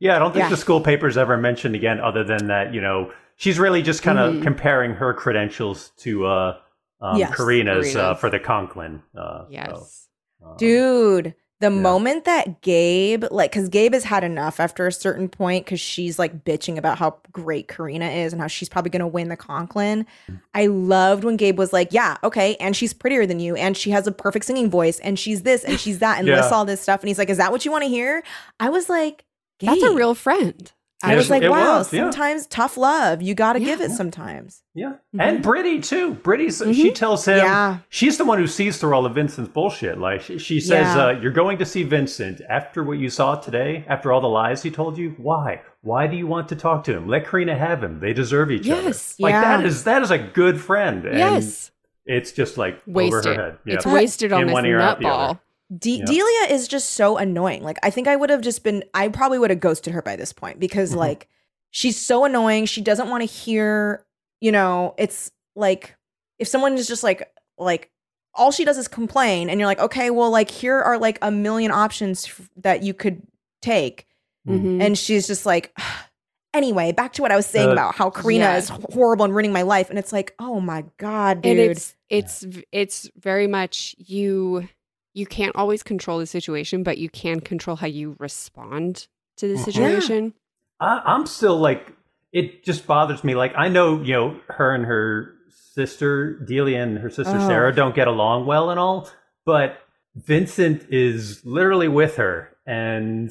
Yeah, I don't think
Yeah.
the school paper's ever mentioned again, other than that, you know, she's really just kind of
Mhm.
comparing her credentials to uh, um,
Yes.
Karina's, Uh,
Karina's.
for the Conklin. Uh, so,
yes.
um,
dude. The
Yeah.
moment that Gabe, like, because Gabe has had enough after a certain point, because she's like bitching about how great Karina is and how she's probably going to win the Conklin. I loved when Gabe was like, Yeah, okay. And she's prettier than you. And she has a perfect singing voice. And she's this and she's that. And
Yeah.
lists all this stuff. And he's like, Is that what you want to hear? I was like, Gabe.
That's a real friend.
I
It
was like,
it
Wow,
was, yeah.
sometimes tough love. You got to
Yeah.
give it sometimes.
Yeah, and Britty too. Britty's she tells him
Yeah.
she's the one who sees through all of Vincent's bullshit. Like she, she says,
Yeah.
uh, "You're going to see Vincent after what you saw today, after all the lies he told you. Why? Why do you want to talk to him? Let Karina have him. They deserve each
Yes.
other. Like
Yeah.
that is that is a good friend. And
yes.
it's just like over
Wasted.
her head.
It's
Yeah.
wasted on
In
this
one ear, out the
nutball.
other.
De-
Yeah.
Delia is just so annoying. Like I think I would have just been I probably would have ghosted her by this point because
Mhm.
like she's so annoying. She doesn't want to hear, you know, it's like if someone is just like like all she does is complain and you're like, "Okay, well like here are like a million options f- that you could take."
Hmm. Mm-hmm.
Mhm.
And she's just like (sighs) Anyway, back to what I was saying
Uh,
about how Karina
Yeah.
is horrible and ruining my life and it's like, "Oh my god, dude."
and it's it's v- it's very much you you can't always control the situation but you can control how you respond to the
Mhm. Yeah.
situation
I, I'm still like, it just bothers me. Like, I know, you know, her and her sister, Delia and her sister
Oh.
Sarah, don't get along well and all, but Vincent is literally with her and.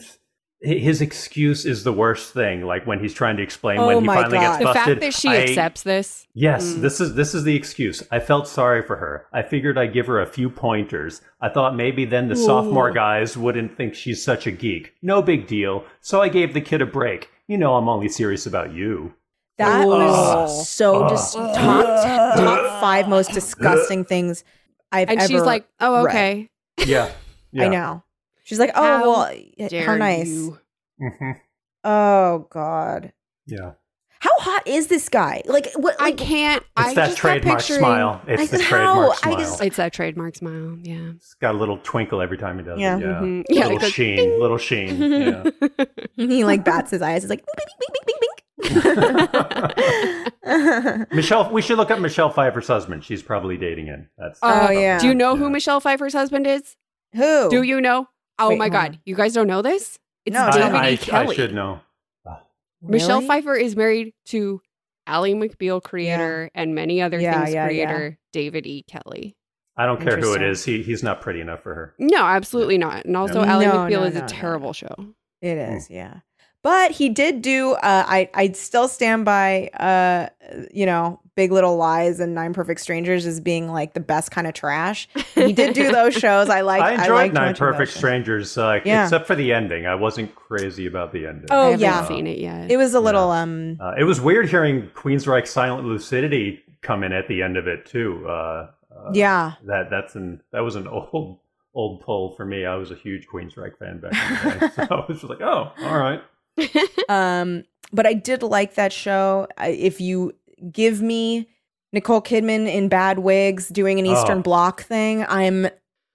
hi- His excuse is the worst thing. Like when he's trying to explain
Oh
when he
my
finally
God.
gets
the
busted.
fact that she
I-
accepts this
Yes,
Mm.
this is this is the excuse. I felt sorry for her. I figured I'd give her a few pointers. I thought maybe then the sophomore guys wouldn't think she's such a geek. No big deal. So I gave the kid a break. You Ah. know I'm only serious about you.
That
Ugh.
was so
Oh,
Ugh.
just
Uh,
top
(laughs)
top five most disgusting things I've
And
ever.
she's like, oh,
read.
okay.
Yeah. yeah.
I know. She's like, oh
How
well,
Dare
how nice.
you.
Mhm.
Oh god,
Yeah.
how hot is this guy? Like, what?
I
Like, (laughs)
can't.
It's
I
that
just kept
trademark
picturing-
smile. It's the
said,
trademark
"How?" I
smile.
just-
It's that trademark smile. Yeah.
it's got a little twinkle every time he does
Mm-hmm. Yeah.
it. Yeah.
Mhm. Yeah,
little
it goes,
sheen.
"Ding." (laughs)
Little sheen. Yeah.
he like bats his eyes. It's like, bink, bink, bink, bink, bink, (laughs) bink.
Michelle, we should look up Michelle Pfeiffer's husband. She's probably dating him. That's
Oh,
probably-
(laughs) yeah.
Do you know who
Yeah.
Michelle Pfeiffer's husband is?
Who?
Do you know? Oh
Wait,
my
hold
God.
on.
You guys don't know this? It's
No,
David
tell
I,
E.
I,
Kelly.
I should know.
Michelle
Really?
Pfeiffer is married to Ally McBeal creator and many other
Yeah,
things
yeah, yeah.
creator David E. Kelly.
I don't care who it
Interesting.
is. He he's not pretty enough for her.
No, absolutely not. And also, Ally
No,
McBeal
no,
is
no,
a
no,
terrible
no.
show.
It is,
Hmm.
yeah. But he did do. Uh, I I still stand by. Uh, you know, Big Little Lies and Nine Perfect Strangers as being like the best kind of trash. He did do
(laughs)
those shows. I like.
I enjoyed
liked
Nine
watching those
Perfect
shows.
Strangers, uh,
Yeah.
except for the ending. I wasn't crazy about the ending.
Oh,
I haven't
yeah.
seen it yet.
It was a little. Um.
Uh, it was weird hearing Queensryche Silent Lucidity come in at the end of it too. Uh, uh,
(laughs)
yeah.
that that's an that was an (laughs) old old pull for me. I was a huge Queensryche fan back in the day, (laughs) so I was just like, oh, all right.
(laughs)
Um. But I did like that show. I, if you give me Nicole Kidman in bad wigs doing an Eastern
Oh.
Bloc thing, I'm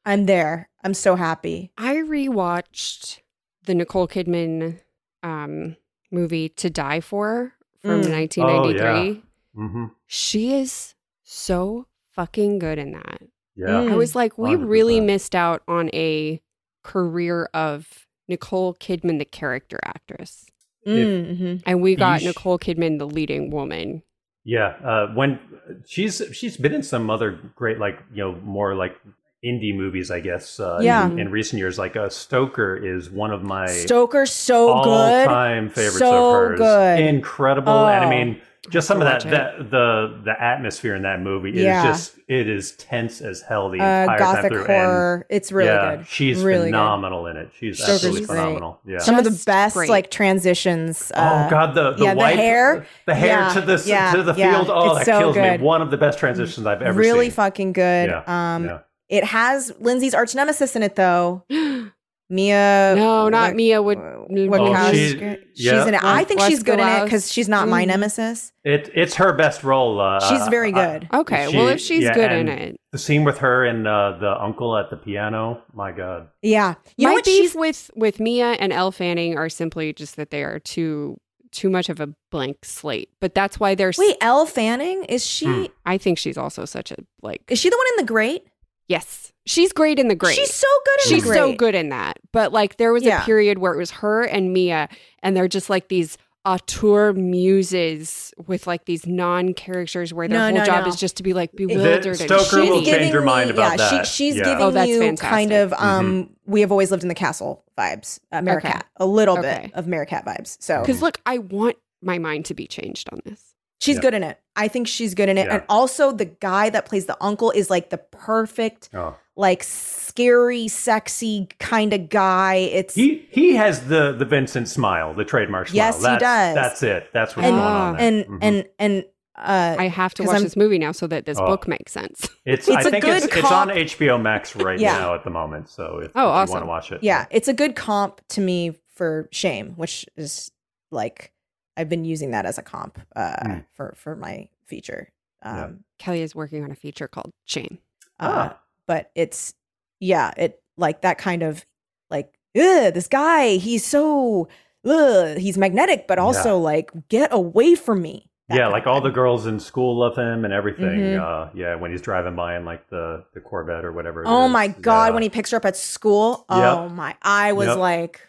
I'm there. I'm so happy.
I rewatched the Nicole Kidman um, movie To Die For
Oh,
from
Mm.
1993.
Mm-hmm.
She is so fucking good in that.
Yeah,
Mm.
I was like, we
100%.
really missed out on a career of Nicole Kidman, the character actress.
Mm, mhm.
And we got
Yeesh.
Nicole Kidman, the leading woman.
yeah. Uh, when she's she's been in some other great like you know more like indie movies, I guess. Uh, in-
Yeah.
In, recent years, like uh, Stoker is one of my
Stoker's so
all
good.
time favorites
So
of hers.
good.
Incredible, and I
Oh.
mean. Just some of
I'll
that,
watch
that the the atmosphere in that movie is
Yeah.
just it is tense as hell the
uh,
entire
gothic
time through. and-
horror. it's really
yeah,
good.
She's
really
phenomenal in it. She's
Stoker's
absolutely
great.
phenomenal. Yeah.
Good. Some of the
Just
best
great.
like transitions. Uh,
oh God, the the
yeah, the
wipe-
hair.
the hair
Yeah,
to the s-
yeah,
to the
yeah.
field. Oh,
It's
that
so
kills
good.
me. One of the best transitions I've ever
uh, really
seen.
fucking good.
Yeah,
Um,
yeah.
it has Lindsay's arch nemesis in it though.
no,
Mia.
not
Wa-
Mia would.
Wa-
Oh,
Wakowski.
she-
Wakowski.
she's-
she's
yeah.
in it. I think she's good in it
Wascow.
because she's not my
Mm.
nemesis.
It it's her best role. Uh,
She's very
I-
good.
okay,
She-
well, if she's
yeah,
good in
and
it,
the scene with her and uh, the uncle at the piano. My God.
Yeah, you know
my
what?
beef
She's
with with Mia and Elle Fanning are simply just that they are too too much of a blank slate. But that's why they're. s-
wait. Elle Fanning is she?
Hmm.
I think she's also such a like.
Is she the one in the Great?
Yes, she's great in the great.
She's so good. In
She's
the great.
so good in that. But like there was a
Yeah.
period where it was her and Mia, and they're just like these auteur muses with like these non characters where their
No,
whole
no,
job
no.
is just to be like
The
bewildered and
Stoker
shitty.
will change your mind about
yeah,
that.
She, she's
Yeah. Mm-hmm.
giving
Oh, that's
you
fantastic.
kind of um, we have always lived in the castle vibes, uh, Maracat,
Okay.
a little
Okay.
bit of Maracat vibes. So
Because look, I want my mind to be changed on this.
she's
Yeah.
good in it. I think she's good in it,
Yeah.
and also the guy that plays the uncle is like the perfect,
Oh.
like scary, sexy kind of guy. It's
He he has the the Vincent smile, the trademark smile.
Yes, he
That's-
does.
That's it. That's what's
And-
going on. There.
and
Mhm.
and and uh,
I have to
'Cause
watch
I'm-
this movie now so that this
Oh.
book makes sense.
It's,
It's
I
a
think it's,
good
it's on
cop-
HBO Max right
Yeah.
now at the moment. So
Oh,
if, if you want
awesome.
to watch it,
yeah, it's a good comp to me for shame, which is like I've been using that as a comp uh,
Mm.
for for my feature. Um,
Yeah.
Kelly is working on a feature called Shame.
Uh,
Ah.
but it's yeah, it like that kind of like ugh, this guy, he's so ugh, he's magnetic, but also like get away from me. That
yeah,
kind
like
of
all the
thing.
girls in school love him and everything.
Mhm.
Uh, yeah, when he's driving by in like the the Corvette or whatever. it
Oh
is.
my god,
Yeah.
when he picks her up at school,
Yep.
oh my, I was
Yep. (laughs)
like,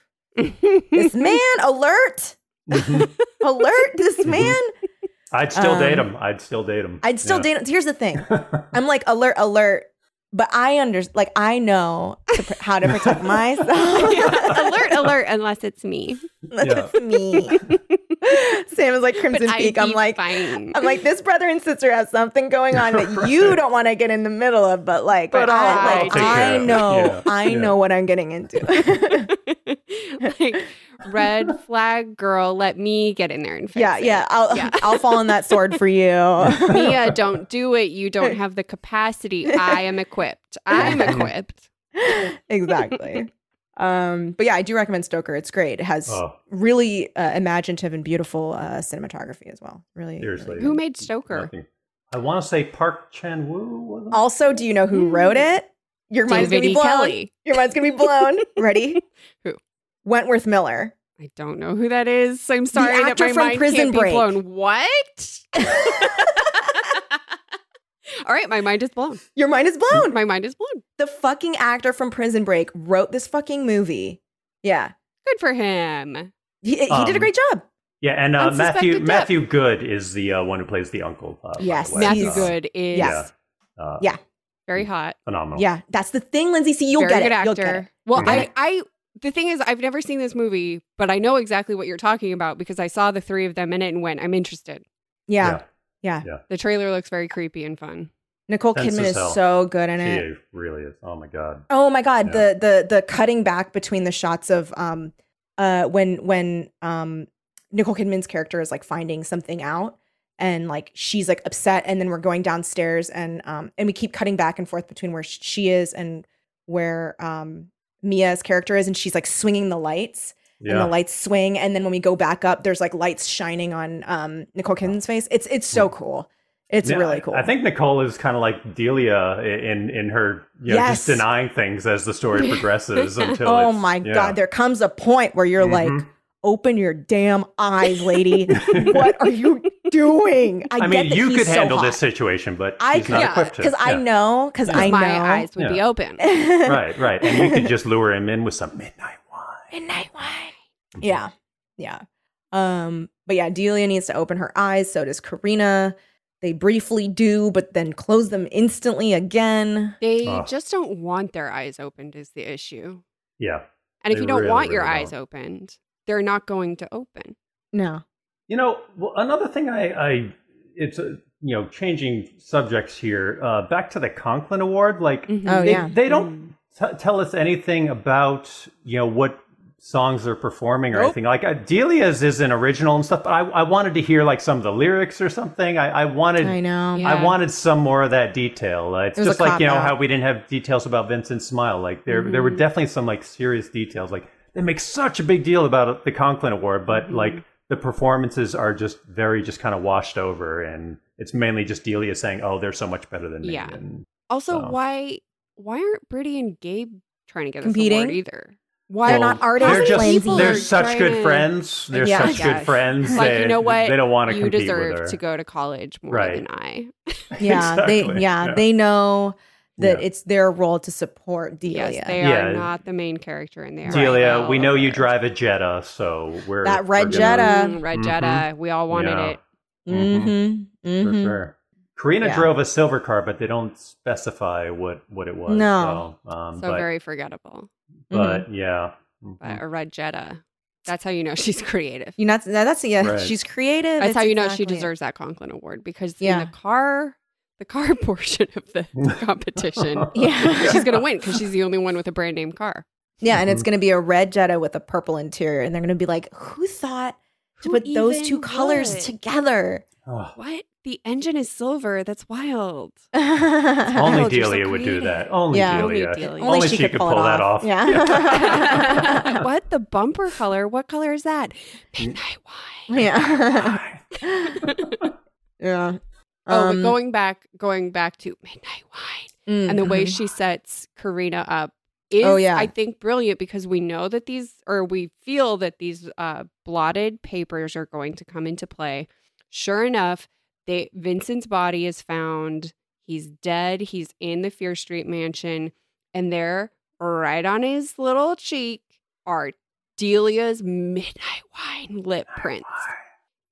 this man alert, (laughs)
Mhm.
alert, this man.
(laughs) I'd still date
Um,
him. I'd still date him.
I'd still
Yeah.
date. Here's the
(laughs)
thing,
date.
I'm like alert, alert. But I under like I know to pr- how to
(laughs)
protect myself.
(laughs) alert, alert, unless it's me.
(laughs) That's
(laughs)
me. Sam is like
But
crimson
I'd
peak. I'm
be
like,
fine.
I'm like, this brother and sister have something going on that
(laughs)
you
Right.
don't want to get in the middle of, but like,
But
I,
I'll-
like,
I'll take
I
care of it.
know,
Yeah.
I
Yeah.
(laughs) know what I'm getting into.
(laughs) like red flag girl, let me get in there and fix
yeah,
it.
yeah. I'll
Yeah.
(laughs) I'll fall on that sword for you.
(laughs)
(laughs)
Mia, don't do it. You don't have the capacity. I am equipped. I'm equipped.
exactly. Um, but yeah, I do recommend Stoker. It's great. It has
Oh,
really uh, imaginative and beautiful uh, cinematography as well. Really, really
seriously.
good.
Who made Stoker?
Nothing. I want to say Park Chan Woo.
also, do you know who wrote it? Your mind's
Hmm. David
gonna
E.
be blown.
Kelly.
Your mind's gonna be
(laughs)
blown. Ready?
Who?
Wentworth Miller. (laughs)
I don't know who that is. I'm sorry that
actor
my
from
mind
Prison
can't be
Break. (laughs)
blown. What? (laughs) All right, my mind is blown.
Your mind is blown.
My mind is blown.
The fucking actor from Prison Break wrote this fucking movie. Yeah,
Good for him.
he, he did a
Um,
great job.
Yeah, and uh,
Unsuspected
Matthew
depth.
Matthew Good is the uh, one who plays the uncle. Uh, by the
Yes,
way.
Matthew
Uh,
He's-
Good is
yeah.
uh,
Yeah.
very hot.
phenomenal.
Yeah, that's the thing, Lindsay. See, you'll
very
get
good
it.
actor.
You'll get it.
Well,
You'll
I,
get
I the thing is I've never seen this movie, but I know exactly what you're talking about because I saw the three of them in it and went, I'm interested.
Yeah,
Yeah.
The trailer looks very creepy and fun.
Nicole
Tense
Kidman
as
is
hell.
so good in it.
She really is. Oh my god.
Oh my god,
Yeah.
the the the cutting back between the shots of um uh when when um Nicole Kidman's character is like finding something out and like she's like upset and then we're going downstairs and um and we keep cutting back and forth between where sh- she is and where um Mia's character is and she's like swinging the lights and
Yeah.
the lights swing and then when we go back up there's like lights shining on um Nicole Kidman's face. It's it's so cool. It's
Yeah,
really
I-
cool.
I think Nicole is kind of like Delia i- in in her you know, just
Yes.
denying things as
(laughs)
the story progresses until
Oh
it's-
my
yeah.
god, there comes a point where you're like
Mhm.
open your damn eyes, lady.
(laughs)
what are you doing?
I,
get
mean,
that
you
he's
could
so
handle this
hot.
situation, but
I
she's
could-
not
yeah,
equipped to.
Because I
Yeah.
know, because I know.
My eyes would be
Yeah.
open.
Right, right, and you could just lure him in with some midnight wine.
(laughs) Midnight wine. Yeah. Yeah. Um, but yeah, Delia needs to open her eyes, so does Karina. They briefly do, but then close them instantly again.
They
Ugh.
just don't want their eyes opened is the issue.
Yeah,
And if
They
you don't
really,
want your
really
eyes
don't.
opened, they're not going to open.
No.
you know, well, another thing I, I it's uh you know changing subjects here. Uh, back to the Conklin Award, like
Oh,
they,
yeah.
they don't t- tell us anything about you know what songs they're performing or
Nope.
anything like uh, delia's is an original and stuff but I, I wanted to hear like some of the lyrics or something i, I wanted
I
I,
know.
Yeah.
wanted some more of that detail uh, it's
It was a
just like you know
cop-out. Mm-hmm.
how we didn't have details about vincent's smile like there there were definitely some like serious details like they make such a big deal about uh, the conklin award but
Mm-hmm.
like the performances are just very just kind of washed over and it's mainly just delia saying oh they're so much better than me
Yeah.
and
Also,
So-
why why aren't Brittany and Gabe trying to get
Competing?
this award either? Why
They're not artists,
They're, just,
Lindsay.
they're
Are
such
trying
good
to-
friends. They're
Yeah.
such
Yes.
good friends.
Like
they,
you know what?
They don't want to
you
compete
deserve
with her.
to go to college more
Right.
than I.
Yeah, they
Exactly.
yeah,
Yeah.
they know that
Yeah.
it's their role to support Delia.
Yes, they
Yeah.
are not the main character in there.
Delia, we know you drive a Jetta, so we're
That red
we're
Jetta.
gonna-
Mm-hmm. Red
Mhm.
Jetta. We all wanted
Yeah.
it.
Mm-hmm.
for
hmm
sure. Karina
Yeah.
drove a silver car, but they don't specify what what it was.
No.
so, um,
So
but, Mm.
very forgettable.
but yeah, Mm-hmm.
But a red Jetta. That's how you know (laughs) she's creative.
You not no, that's yeah.
Right.
She's creative.
That's how you know
exactly
she
it.
deserves that Conklin Award because
Yeah.
in the car, the car (laughs) portion of
(laughs)
the competition,
Yeah.
she's gonna win because she's the only one with a brand name car.
Yeah, and it's going to be a red Jetta with a purple interior, and they're going to be like, "Who thought to
Who
put those two
even
colors
would? (laughs)
together?"
Oh,
What? The engine is silver.
(laughs)
That's wild.
Oh,
only
Wild, you're so
Delia would do
creative.
that. Only
Yeah.
Only
Delia.
Delia.
Only she could pull that
(laughs)
off. (laughs)
Yeah.
what? The bumper color? What color is that? Midnight
(laughs)
wine.
yeah. (laughs) yeah.
Oh, but
Um,
going back, going back to Midnight Wine
mm,
and the way
mhm.
she sets Karina up is,
Oh, yeah.
I think, brilliant because we know that these, or we feel that these uh, blotted papers are going to come into play. Sure enough, they Vincent's body is found. He's dead. He's in the Fear Street mansion, and there, right on his little cheek, are Delia's Midnight Wine lip prints.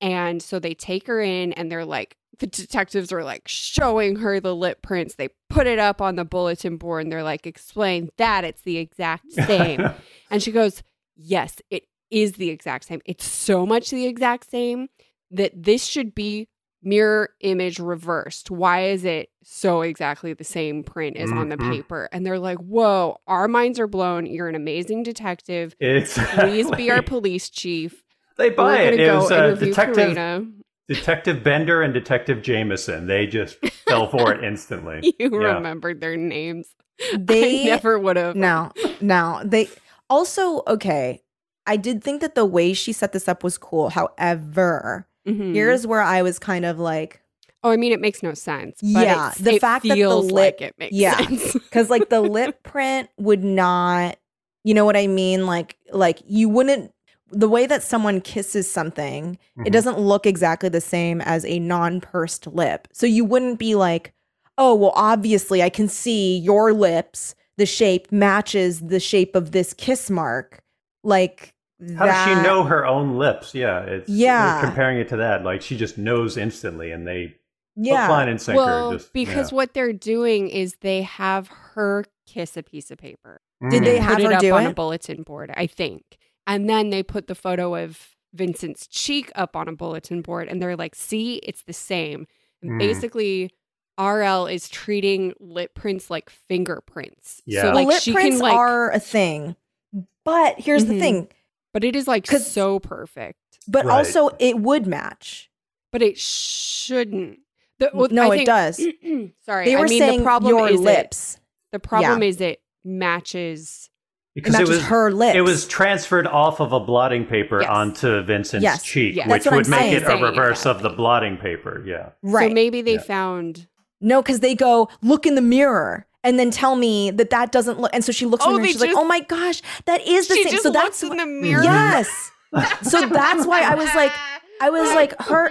And so they take her in and they're like, the detectives are like showing her the lip prints. They put it up on the bulletin board and they're like, explain that it's the (laughs) exact
(laughs)
same. and she goes, yes, it is the exact same. It's so much the exact same that this should be mirror image reversed. Why is it so exactly the same print as on the
Mhm.
paper? And they're like, whoa, our minds are blown. You're an amazing
(laughs)
detective.
Exactly.
Please be our police chief.
(laughs) They buy
We're
it.
gonna
It
go
was uh,
interview
Detective
Karina.
Detective Bender and Detective Jameson.
(laughs)
They just fell for it instantly.
(laughs) You
Yeah.
remembered their names. (laughs)
They
I never would have.
no, no. They also okay. I did think that the way she set this up was cool. However,
Mhm.
here's where I was kind of like,
Oh, I mean, it makes no sense. But
Yeah,
it's-
the
it
fact that the
feels
lip-
like it makes
yeah.
sense. (laughs)
because like the
(laughs)
lip print would not, you know what I mean? Like, like you wouldn't. The way that someone kisses something, it
Mhm.
doesn't look exactly the same as a non-pursed lip. So you wouldn't be like, "Oh, well obviously I can see your lips. The shape matches the shape of this kiss mark." Like
How
that,
does she know her own lips? Yeah, it's we're
Yeah.
comparing it to that, like she just knows instantly, and they hook,
Yeah.
line, and sinker.
Well,
just,
because what they're doing is they have her kiss a piece of paper.
yeah.
did they
and
have
put
her
it up
do
on a
it?
bulletin board, I think. And then they put the photo of Vincent's cheek up on a bulletin board and they're like, see, it's the same. And
Mm.
basically RL is treating lip prints like fingerprints. So
Yeah.
Well,
like
lip
she
prints
can like
are a thing. But here's the
Mhm.
thing,
but it is like
'cause-
so perfect.
but
Right.
also it would match.
But it shouldn't. The- well,
no, it
I think-
does.
(clears throat) Sorry,
They
I
were
mean,
saying
the problem
your
is it-
lips.
the problem is it matches
It
Because it
matches
was
her lips.
It was transferred off of a blotting paper
Yes.
onto Vincent's
Yes.
cheek,
Yes.
which
That's what
would
I'm
make
saying.
it a
Saying,
reverse of the
exactly.
blotting paper. Yeah.
right.
So maybe they
Yeah.
found.
No, because they go look in the mirror and then tell me that that doesn't look. And so she looks in
Oh,
the mirror.
they
She's like,
just-
"Oh my gosh, that is the
she
same."
just
so
looks
that's
in
wh-
the mirror. (laughs)
yes. so that's why I was like, I was like, her.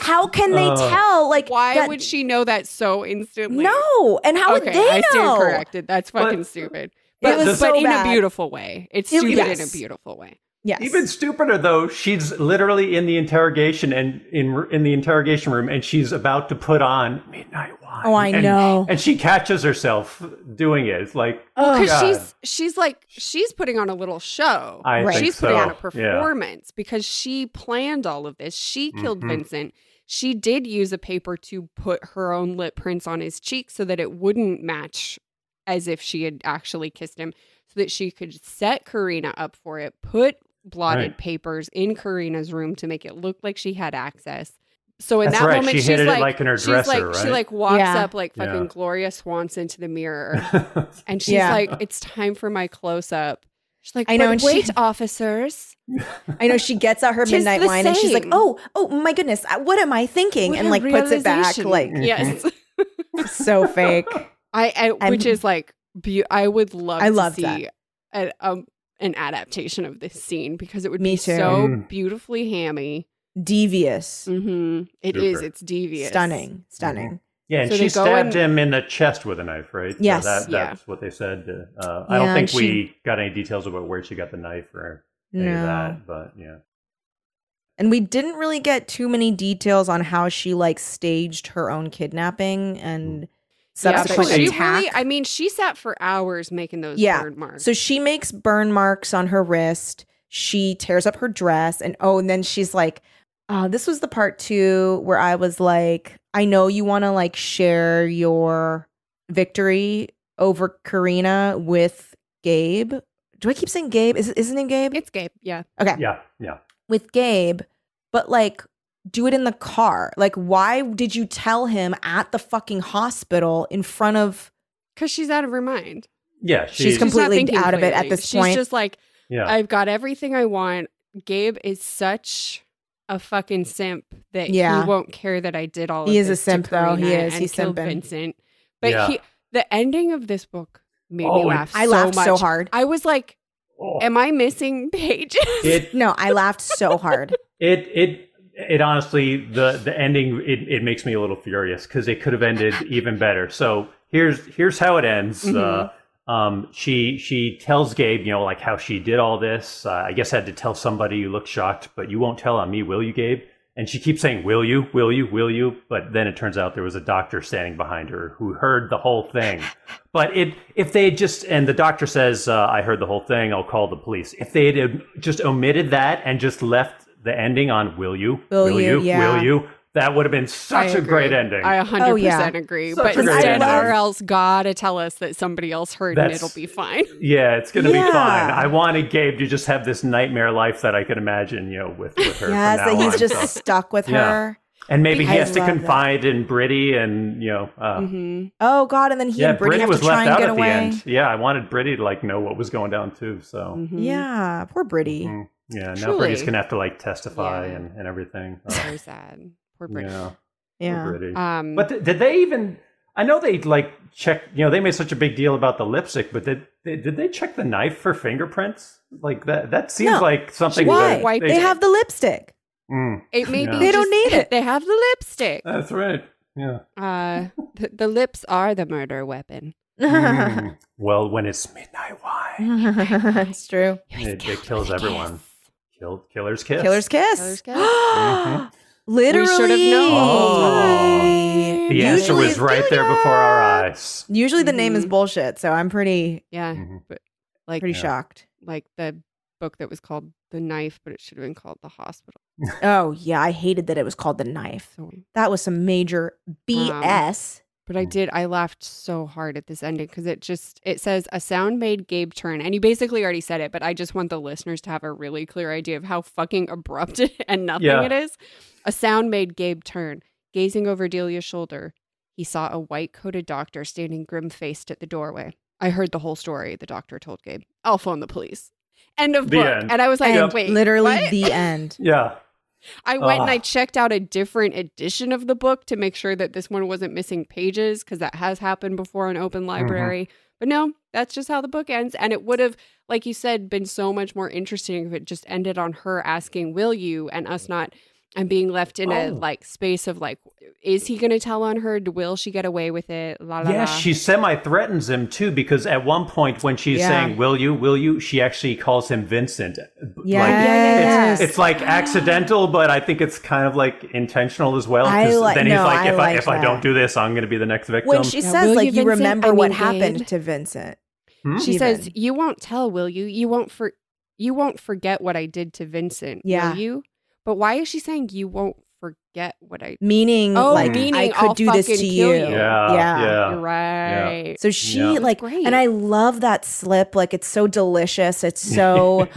How can they
Oh.
tell? Like,
Why
that-
would she know that so instantly?
No, and how
okay,
would they
I
know?
stand corrected. That's
But-
fucking stupid.
It
But,
was
but
so
in
bad.
a beautiful way. It's
It-
stupid in
yes.
a beautiful way.
Yes.
Even stupider though, she's literally in the interrogation and in in the interrogation room, and she's about to put on midnight wine.
Oh, I
and,
know.
And she catches herself doing it. It's like (laughs)
Ugh.
Because
Oh, God.
she's she's like she's putting on a little show.
I
Right.
think
she's putting
so.
on a
Yeah.
performance because she planned all of this. She killed
Mhm.
Vincent. She did use a paper to put her own lip prints on his cheek so that it wouldn't match as if she had actually kissed him, so that she could set Karina up for it, put blotted
Right.
papers in Karina's room to make it look like she had access. So in
That's
that
right.
moment,
She
she's
hid it,
like,
like, in her
she's
dresser,
like, she
right?
like walks
Yeah.
up like fucking
Yeah.
Gloria Swanson to the
(laughs)
mirror, and she's
Yeah.
like, "It's time for my close up." She's like,
I know,
"But
and she-
wait, officers,
I know she gets out her
Tis
midnight
the
wine and she's like,
same.
"Oh, oh my goodness, uh, what am I thinking?"
what
and
a
like puts it back,
realization."
like
yes, (laughs)
so fake.
I, I
I'm-
which is like, be- I would love,
I
to
love
see
that.
A, um, an adaptation of this scene because it would
Me
be
too.
so
Mm.
beautifully hammy.
Devious,
Mm-hmm. It is,
Super.
it's devious,
stunning, stunning.
Yeah, and
So
she
they go
stabbed
in-
him in the chest with a knife, right? So
Yes.
that,
Yeah.
that's what they said. Uh, I
Yeah,
don't think
and she-
we got any details about where she got the knife or any of that, but yeah.
And we didn't really get too many details on how she like staged her own kidnapping and
Yeah, but
subsequent
she really-
attack.
I mean, she sat for hours making those
Yeah.
bird marks.
so she makes burn marks on her wrist. She tears up her dress, and oh, and then she's like, "Oh, this was the part two where I was like, I know you want to like share your victory over Karina with Gabe. Do I keep saying Gabe? Is isn't it Gabe?
it's Gabe, yeah.
okay,
Yeah, yeah.
with Gabe, but like do it in the car. Like why did you tell him at the fucking hospital in front of
Because she's out of her mind.
Yeah,
She's
she's,
She's not
completely
thinking
out of it at
clearly.
this
She's
point.
just like,
yeah.
I've got everything I want. Gabe is such a fucking simp that
Yeah.
he won't care that I did all.
He
of
is a
this to
simp, though. He
Karina
is.
and
He's
killed
simping.
Vincent, but
Yeah.
he, the ending of this book made
Oh,
me
it-
laugh.
I laughed
much.
so hard.
I was like,
Oh,
"Am I missing (laughs) pages?"
it
No, I laughed
(laughs)
so hard.
it it it honestly the the ending it, it makes me a little furious because it could have ended even better so here's here's how it ends uh, um, she she tells gabe you know like how she did all this uh, i guess i had to tell somebody you look shocked but you won't tell on me will you gabe and she keeps saying will you will you will you but then it turns out there was a doctor standing behind her who heard the whole
(laughs)
thing but it if they had just and the doctor says uh, i heard the whole thing i'll call the police if they had just omitted that and just left the ending on will you
Will you, yeah.
will you That would have been such
I
a great
agree.
ending.
I 100%
Oh, yeah.
agree.
Such
but
a great
instead,
ending.
RL's gotta tell us that somebody else heard and
That's-
it'll be fine.
yeah, it's gonna
Yeah.
be fine. I wanted Gabe to just have this nightmare life that I could imagine, you know, with, with her. from
Yes,
now
that he's
on,
just
so.
stuck with
Yeah.
her.
and maybe he
I
has to
love that.
confide in Britty, and you know, uh,
Mhm.
Oh God! And then he
yeah,
and Brittany
Britty
have
was
to try
left
and
out
get
at
away.
the end. Yeah, I wanted Britty to like know what was going down too. So
Mm-hmm.
Mhm.
Yeah, poor Britty.
Mhm. yeah, now
Truly.
Britty's gonna have to like testify
Yeah.
and,
(laughs)
and everything. Uh,
Very sad. Poor Brittany.
yeah,
Yeah.
Britty.
Um,
But th- did they even? I know they like check. You know, they made such a big deal about the lipstick, but did they, did they check the knife for fingerprints? Like that? That seems
No.
like something.
Why?
That
Why?
They have the
(laughs)
lipstick.
Mm,
it may be
They Uh,
don't
just-
need it.
They have the lipstick.
that's
(laughs)
right. Yeah.
Uh, th- the lips are the murder weapon.
Mm. well, when it's midnight,
(laughs)
why?
it's true.
It, it kills everyone. Kill, killer's kiss.
Killer's kiss. (gasps)
Killer's kiss.
Mhm.
Literally.
We should have known.
Oh. The answer
Usually
was
it's
right there before our eyes.
Usually the name is
Mhm.
bullshit, so I'm pretty
Yeah,
Mhm.
but like
pretty
Yeah.
shocked.
like the book that was called The Knife, but it should have been called The Hospital.
Oh yeah, I hated that it was called the knife.
So,
That was some major BS.
but I
Hmm.
did. I laughed so hard at this ending because it just it says a sound made Gabe turn, and you basically already said it, but I just want the listeners to have a really clear idea of how fucking abrupt (laughs) and nothing
Yeah.
it is. A sound made Gabe turn, gazing over Delia's shoulder. He saw a white coated doctor standing grim faced at the doorway. I heard the whole story. The doctor told Gabe, "I'll phone the police." End of
The
book.
end.
And I was like,
And
"Wait,
literally
what?"
the
(laughs)
end.
Yeah.
I went and I
Ugh.
checked out a different edition of the book to make sure that this one wasn't missing pages because that has happened before in
Mm-hmm.
open library. But no, that's just how the book ends. And it would have, like you said, been so much more interesting if it just ended on her asking, Will you? and us not, and being left in a
Oh.
like space of like, Is he going to tell on her? Will she get away with it? La la
Yeah,
la.
she semi threatens him too because at one point when she's
Yeah.
saying "Will you? Will you?" she actually calls him Vincent. Like,
Yes.
it's, it's like accidental, but I think it's kind of like intentional as well. 'cause
I li-
then he's
no,
like,
I
if I,
like
if I don't
that.
do this, I'm going to be the next victim.
when she
Yeah,
says
will
like
you,
you
Vincent?
remember
I
what
mean,
happened
Gabe."
to Vincent.
Hmm?
she says,
even.
"You won't tell, will you? You won't for you won't forget what I did to Vincent,
Yeah.
will you?" But why is she saying you won't forget what I?
Meaning
Oh,
like
meaning
I could
I'll
do this
fucking
to you.
kill you.
yeah, yeah,
You're right.
So she
Yeah. That's
like
great.
and I love that slip. Like it's so delicious.
(laughs)
It's so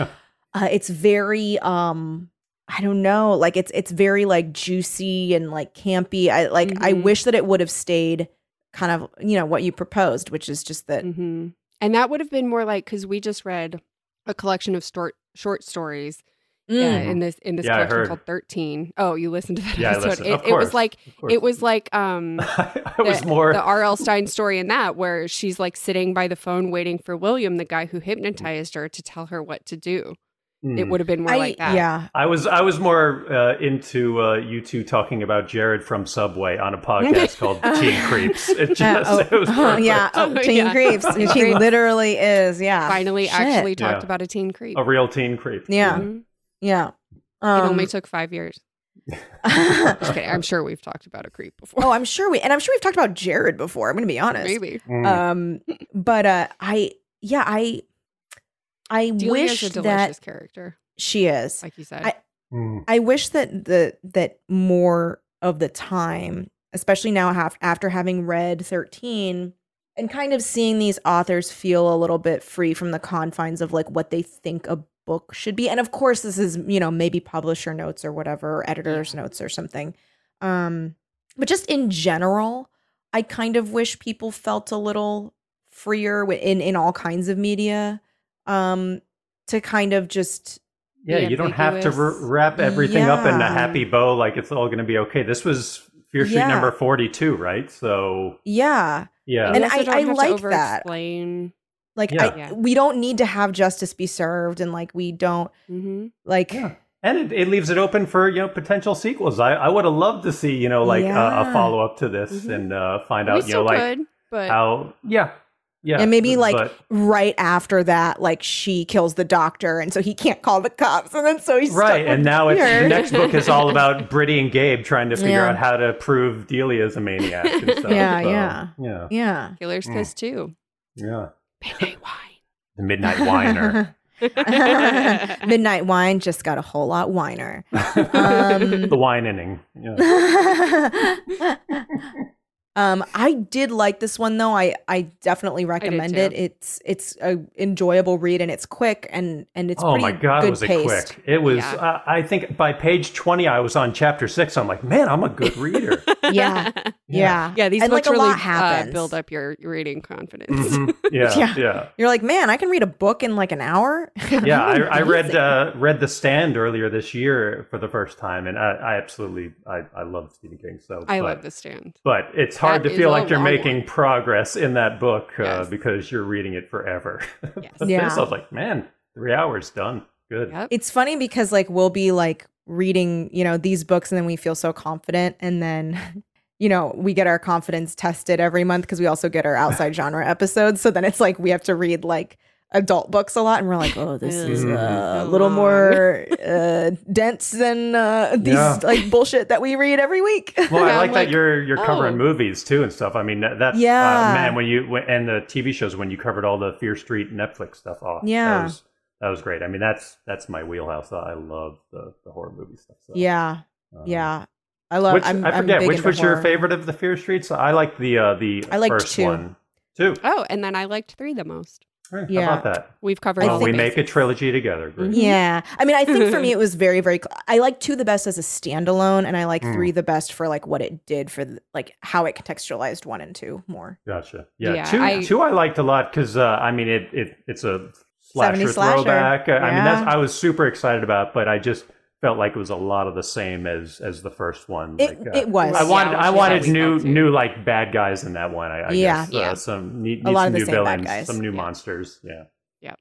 uh, it's very um I don't know, like it's it's very like juicy and like campy. I like I
Mhm.
wish that it would have stayed kind of, you know, what you proposed, which is just that
hmm And that would have been more like because we just read a collection of short short stories uh,
Mm.
in this in this
Yeah, I
collection
heard.
called Thirteen. Oh, you listened to that
Yeah, I
episode?
listened.
It,
Of
it was
course,
like
Of course.
it was like um.
(laughs) I
the-
was
(laughs)
more.
the R.L. Stein story in that, where she's like sitting by the phone waiting for William, the guy who hypnotized her, to tell her what to do. It
Mm.
would have been more
I
like that.
yeah.
I was I was more uh, into uh, you two talking about Jared from Subway on a podcast
(laughs)
called Teen Creeps. It
Uh,
just
oh,
(laughs) it was
oh, yeah,
(laughs)
perfect.
oh, Teen
Yeah.
Creeps.
Teen
She
Creeps.
literally is, yeah.
Finally,
Shit.
actually talked
Yeah.
about a teen creep.
a real teen creep.
Yeah.
Mhm.
Yeah.
it only
(laughs) Um,
took five years.
(laughs) oh,
Just kidding. I'm sure we've talked about a creep
(laughs)
before.
I'm sure we and I'm sure we've talked about Jared before. I'm gonna be honest.
Maybe.
Mm.
um but uh i yeah i i
Delia's
wish
a delicious
that
character,
she is
like you said.
I-
Mm.
i wish that the that more of the time especially now haf- after having read 13 and kind of seeing these authors feel a little bit free from the confines of like what they think a book should be and of course this is you know maybe publisher notes or whatever or editor's
Yeah.
notes or something um but just in general i kind of wish people felt a little freer wi- in in all kinds of media um to kind of just
Yeah, you don't have to
ambiguous.
r- wrap everything up in a
Yeah.
happy bow like it's all going to be okay. This was Fear Street
Yeah.
number 42, right? So,
yeah
yeah.
And
you also
I-
don't
I
have to
like that.
overexplain.
like
Yeah.
I,
Yeah.
we don't need to have justice be served and like we don't
Mhm.
like
Yeah. And it, it leaves it open for, you know, potential sequels. I, I would have loved to see, you know, like a,
Yeah. Mm-hmm.
a follow up to this
Mhm.
and uh, find
we
out, you
still
know, like
could, but
how, yeah. Yeah.
And maybe, like,
but-
right after that like she kills the doctor and so he can't call the cops and then so he's stuck
right. And
with
now it's,
Jared.
the next book is all
(laughs)
about Britty and Gabe trying to figure
Yeah.
out how to prove Delia is a maniac. And stuff,
Yeah,
so,
yeah.
Yeah.
yeah
Killer's
Mm.
Kiss too.
Yeah.
Midnight Wine.
(laughs)
The Midnight Whiner.
Midnight Wine just got a whole lot
(laughs)
whiner. Um,
the wine inning. Yeah.
(laughs) um, I did like this one though. I I definitely recommend it.
too.
It's it's a enjoyable read and it's quick and and it's
oh
pretty
my god,
good
it was a
paced.
quick. It was. uh,
Yeah.
I I think by page twenty, I was on chapter six. I'm like, man, I'm a good
(laughs)
reader.
(laughs) Yeah. Yeah.
Yeah, these
And, like,
books
a
really
lot
uh,
happens.
build up your your reading confidence. (laughs)
Mhm. Yeah,
Yeah.
yeah,
(laughs)
yeah.
You're like, man, I can read a book in like an hour.
I, I read
Amazing.
uh, read The Stand earlier this year for the first time, and I, I absolutely I, I love Stephen King. So
I
but,
love The
(laughs)
Stand.
But it's hard
That
to
is
feel
a
like you're
long
making
one.
progress in that book uh,
Yes.
because you're reading it forever. (laughs)
Yes.
But
Yeah.
this, I was like, man, three hours done. Good.
Yep.
it's funny because like we'll be like reading you know these books and then we feel so confident and then (laughs) you know we get our confidence tested every month because we also get our
(laughs)
outside genre episodes so then it's like we have to read like adult books a lot and we're like
(laughs)
oh this is
Ugh,
uh, a
so
little
long.
(laughs)
more uh, dense than uh, these
Yeah.
like bullshit that we read every week
(laughs) Well,
(laughs)
Yeah,
I
I'm
like,
like,
that you're you're covering
oh.
movies too and stuff. I mean, that, that's
Yeah.
uh, man. When you when, and the TV shows when you covered all the Fear Street Netflix stuff off,
Yeah.
that was, that was great. I mean, that's that's my wheelhouse. I love the, the horror movie stuff. So,
yeah
um,
yeah i love
which,
I'm,
I forget
am
which was your favorite of the Fear Streets. I like the uh, the
I liked
first
two.
one too.
Oh, and then I liked three the most.
Hey,
Yeah.
How about that?
We've covered.
Well,
all the
we make a
bases.
trilogy together. Great.
Mhm.
Yeah. I mean, I think
(laughs)
for me, it was very, very. Cl- I like two the best as a standalone, and I like
Mm.
three the best for like what it did for the, like how it contextualized one and two more.
Gotcha. Yeah,
Yeah,
two
I-
two I liked a lot because uh, I mean it, it it's a slasher
70s slasher.
throwback. Uh, I mean that's
Yeah.
I was super excited about, but I just felt like it was a lot of the same as as the first one.
It
like, uh,
it was.
I wanted
Yeah, which
I
is
wanted
what we
new
felt too.
new like bad guys in that one. I, I
Yeah.
guess
Yeah.
Uh, some need,
A
need
lot
some
of the
new
same bad
villains,
guys.
some new
Yeah.
monsters. Yeah.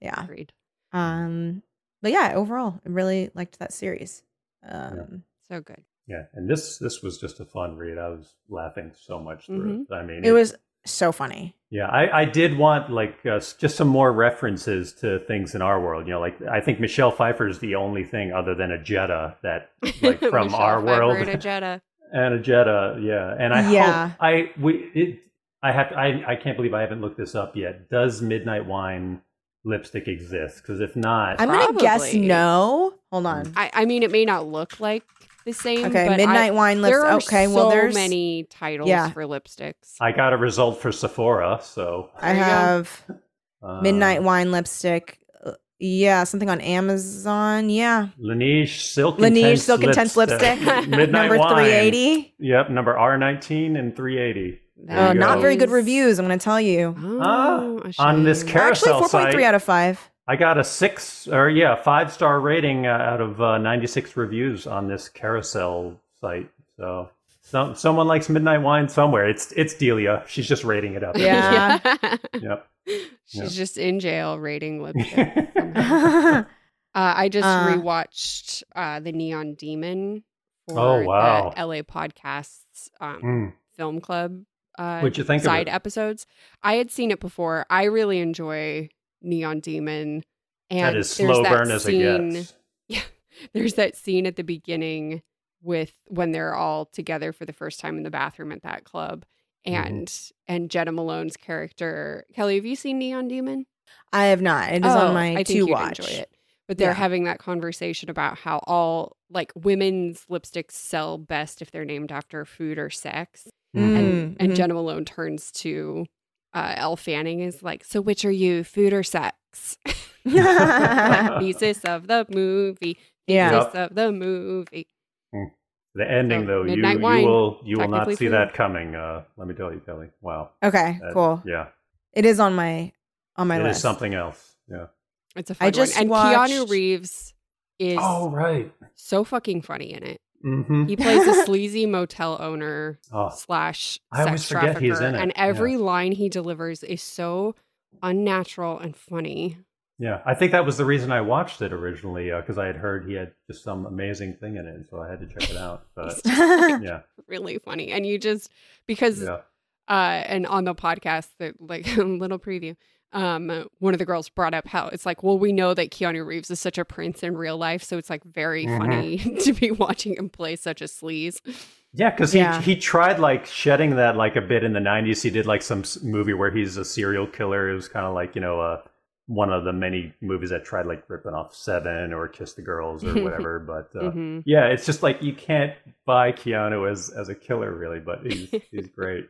yeah.
Agreed.
Um. But yeah, overall, I really liked that series. Um.
So good.
Yeah, and this this was just a fun read. I was laughing so much through. it. I mean,
Mm-hmm. It was so funny.
Yeah, I, I did want like uh, s- just some more references to things in our world. You know, like I think Michelle Pfeiffer is the only thing other than a Jetta
(laughs)
that
(laughs)
like from
Michelle
our
Pfeiffer
world
and a Jetta.
and a Jetta. Yeah, and I
Yeah.
hope I we it, I have to, I I can't believe I haven't looked this up yet. Does Midnight Wine lipstick exist? Because if not,
I'm gonna guess
Probably.
no. Hold on.
I, I mean, it may not look like the same.
okay,
but
Midnight Wine
I,
Lips.
There are
Okay,
so
well, there's
many titles
Yeah. Uh,
for lipsticks.
I got a result for Sephora, so
I
There you go.
have
uh,
Midnight Wine lipstick. Uh, Yeah, something on Amazon. Yeah,
Laneige Silk
Laneige
Intense
Silk Intense Lipstick,
(laughs) Midnight
number
Wine.
three eighty.
Yep, number R nineteen and three eighty.
Oh,
There you
not
go.
very good reviews. I'm going to tell you.
Oh, a
Ah, on this
shame.
ca- Carousel
Actually, 4.3
site.
out of five. (laughs)
I got a six or yeah, five star rating uh, out of uh, 96 reviews on this carousel site. So some, someone likes Midnight Wine somewhere. It's it's Delia. She's just rating it up.
Yeah.
(laughs)
Yep.
She's just in jail
(laughs)
rating lipstick. somehow.
yeah,
Uh, I just
Uh.
rewatched uh, the Neon Demon for
Oh, wow.
the LA Podcasts um,
(laughs) Mm.
Film Club. Uh,
What'd you think of
Side
it?
episodes. I had seen it before. I really enjoy Neon Demon, and
That is
there's
slow
that
burn as it
scene-
gets.
There's that scene at the beginning with when they're all together for the first time in the bathroom at that club,
Mm-hmm.
and and Jenna Malone's character Kelly. Have you seen Neon Demon?
I have not. It is
Oh,
on my
I think
to
you'd
watch.
Enjoy it. But they're
Yeah.
having that conversation about how all like women's lipsticks sell best if they're named after food or sex.
Mm,
And
mhm.
Jenna Malone turns to uh, Elle Fanning is like, "So which are you, food
(laughs)
or sex?" (laughs) Like, thesis of the movie.
yeah.
Thesis of the movie.
The ending
So,
though, you,
Midnight
you
Wine,
will you will not
technically
see
food.
that coming. Uh, let me tell you, Kelly. Wow.
Okay,
That-
cool.
Yeah.
It is on my on
It
my
is
list.
something else. Yeah.
It's a fun
I just
one. And
watched-
Keanu Reeves is
Oh, right.
so fucking funny in it.
Mm-hmm. (laughs)
He plays a sleazy motel owner
Oh,
slash
I
sex
always forget
trafficker,
he's in it.
and
Yeah.
every line he delivers is so unnatural and funny. (laughs)
yeah. I think that was the reason I watched it originally because I had heard he had just some amazing thing in it, so I had to check
(laughs)
it out. But (laughs) yeah,
Really funny, and you just because
yeah.
uh, and on the podcast that like (laughs) little preview. Um, one of the girls brought up how it's like, well, we know that Keanu Reeves is such a prince in real life, so it's like very
Mhm.
funny (laughs) to be watching him play such a sleaze.
Yeah, because
Yeah.
he he tried like shedding that like a bit in the '90s. He did like some s- movie where he's a serial killer. It was kind of like you know a one of the many movies that tried like ripping off Seven or Kiss the
(laughs)
Girls or whatever. but uh,
Mm-hmm.
Mhm.
yeah, it's just like you can't buy Keanu as as a killer really, but
(laughs)
he's he's great.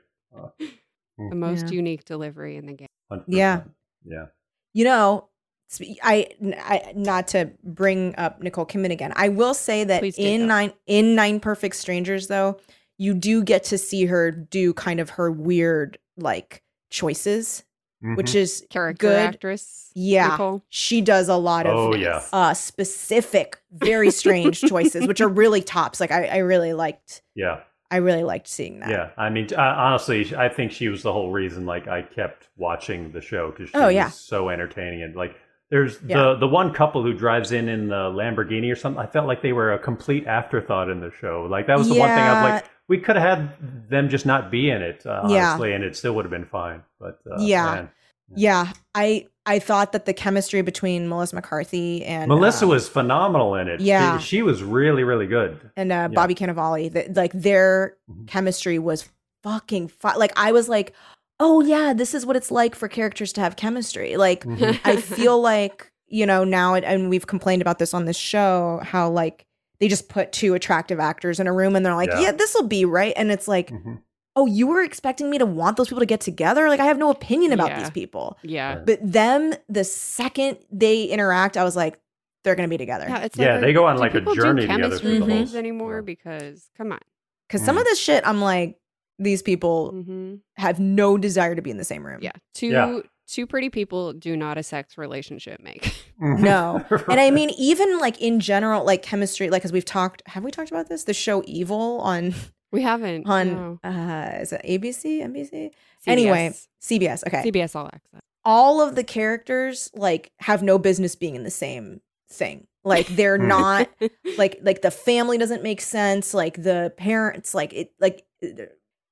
The most
Yeah.
unique delivery in the game.
100%.
Yeah.
yeah.
(laughs) You know, sp- I, I not to bring up Nicole Kidman again. I will say that
Please do,
in
though.
nine in Nine Perfect Strangers, though, you do get to see her do kind of her weird like choices,
Mm-hmm.
which is
Character
Good.
actress.
yeah,
Nicole.
she does a lot of
Oh, yeah.
uh, specific, very
(laughs)
strange choices, which are really tops. Like I, I really liked.
yeah.
I really liked seeing that.
Yeah, I mean, I, honestly, I think she was the whole reason. Like, I kept watching the show because she
Oh, yeah.
was so entertaining. And like, there's
Yeah.
the the one couple who drives in in the Lamborghini or something. I felt like they were a complete afterthought in the show. Like that was the one thing I was like, we could have had them just not be in it, uh,
Yeah.
honestly, and it still would have been fine. But uh,
Yeah.
man.
Yeah, I I thought that the chemistry between Melissa McCarthy and
Melissa
um,
was phenomenal in it. She-
yeah.
she, was really
(laughs)
really good.
and uh, Bobby Cannavale, that like their
Mhm.
chemistry was fucking fi- like I was like, oh yeah, this is what it's like for characters to have chemistry. Like
Mhm.
(laughs)
I feel like you know now, it, and we've complained about this on this show how like they just put two attractive actors in a room and they're like,
Yeah.
yeah, this will be right, and it's like.
Mhm.
Oh, you were expecting me to want those people to get together? Like, I have no opinion about
Yeah.
these people.
Yeah.
But them, the second they interact, I was like, they're going to be together.
Yeah, it's
Yeah,
like
they go on,
do
like, a
people do
journey together
chemistry
through the whole
movies
s-
anymore
yeah.
because come on.
Because some of this shit, I'm like, these people
hmm
have no desire to be in the same room.
(laughs) Yeah, two two pretty people do not a sex relationship make. (laughs)
No. And I mean, even like in general, like chemistry, like, because we've talked, have we talked about this? The show Evil on,
We haven't.
on,
no.
uh, is it ABC, NBC?
CBS.
Anyway, CBS. Okay.
CBS All Access.
All of the characters, like, have no business being in the same thing. Like, they're
Mm.
not, like, like the family doesn't make sense. Like, the parents, like, it, like, uh,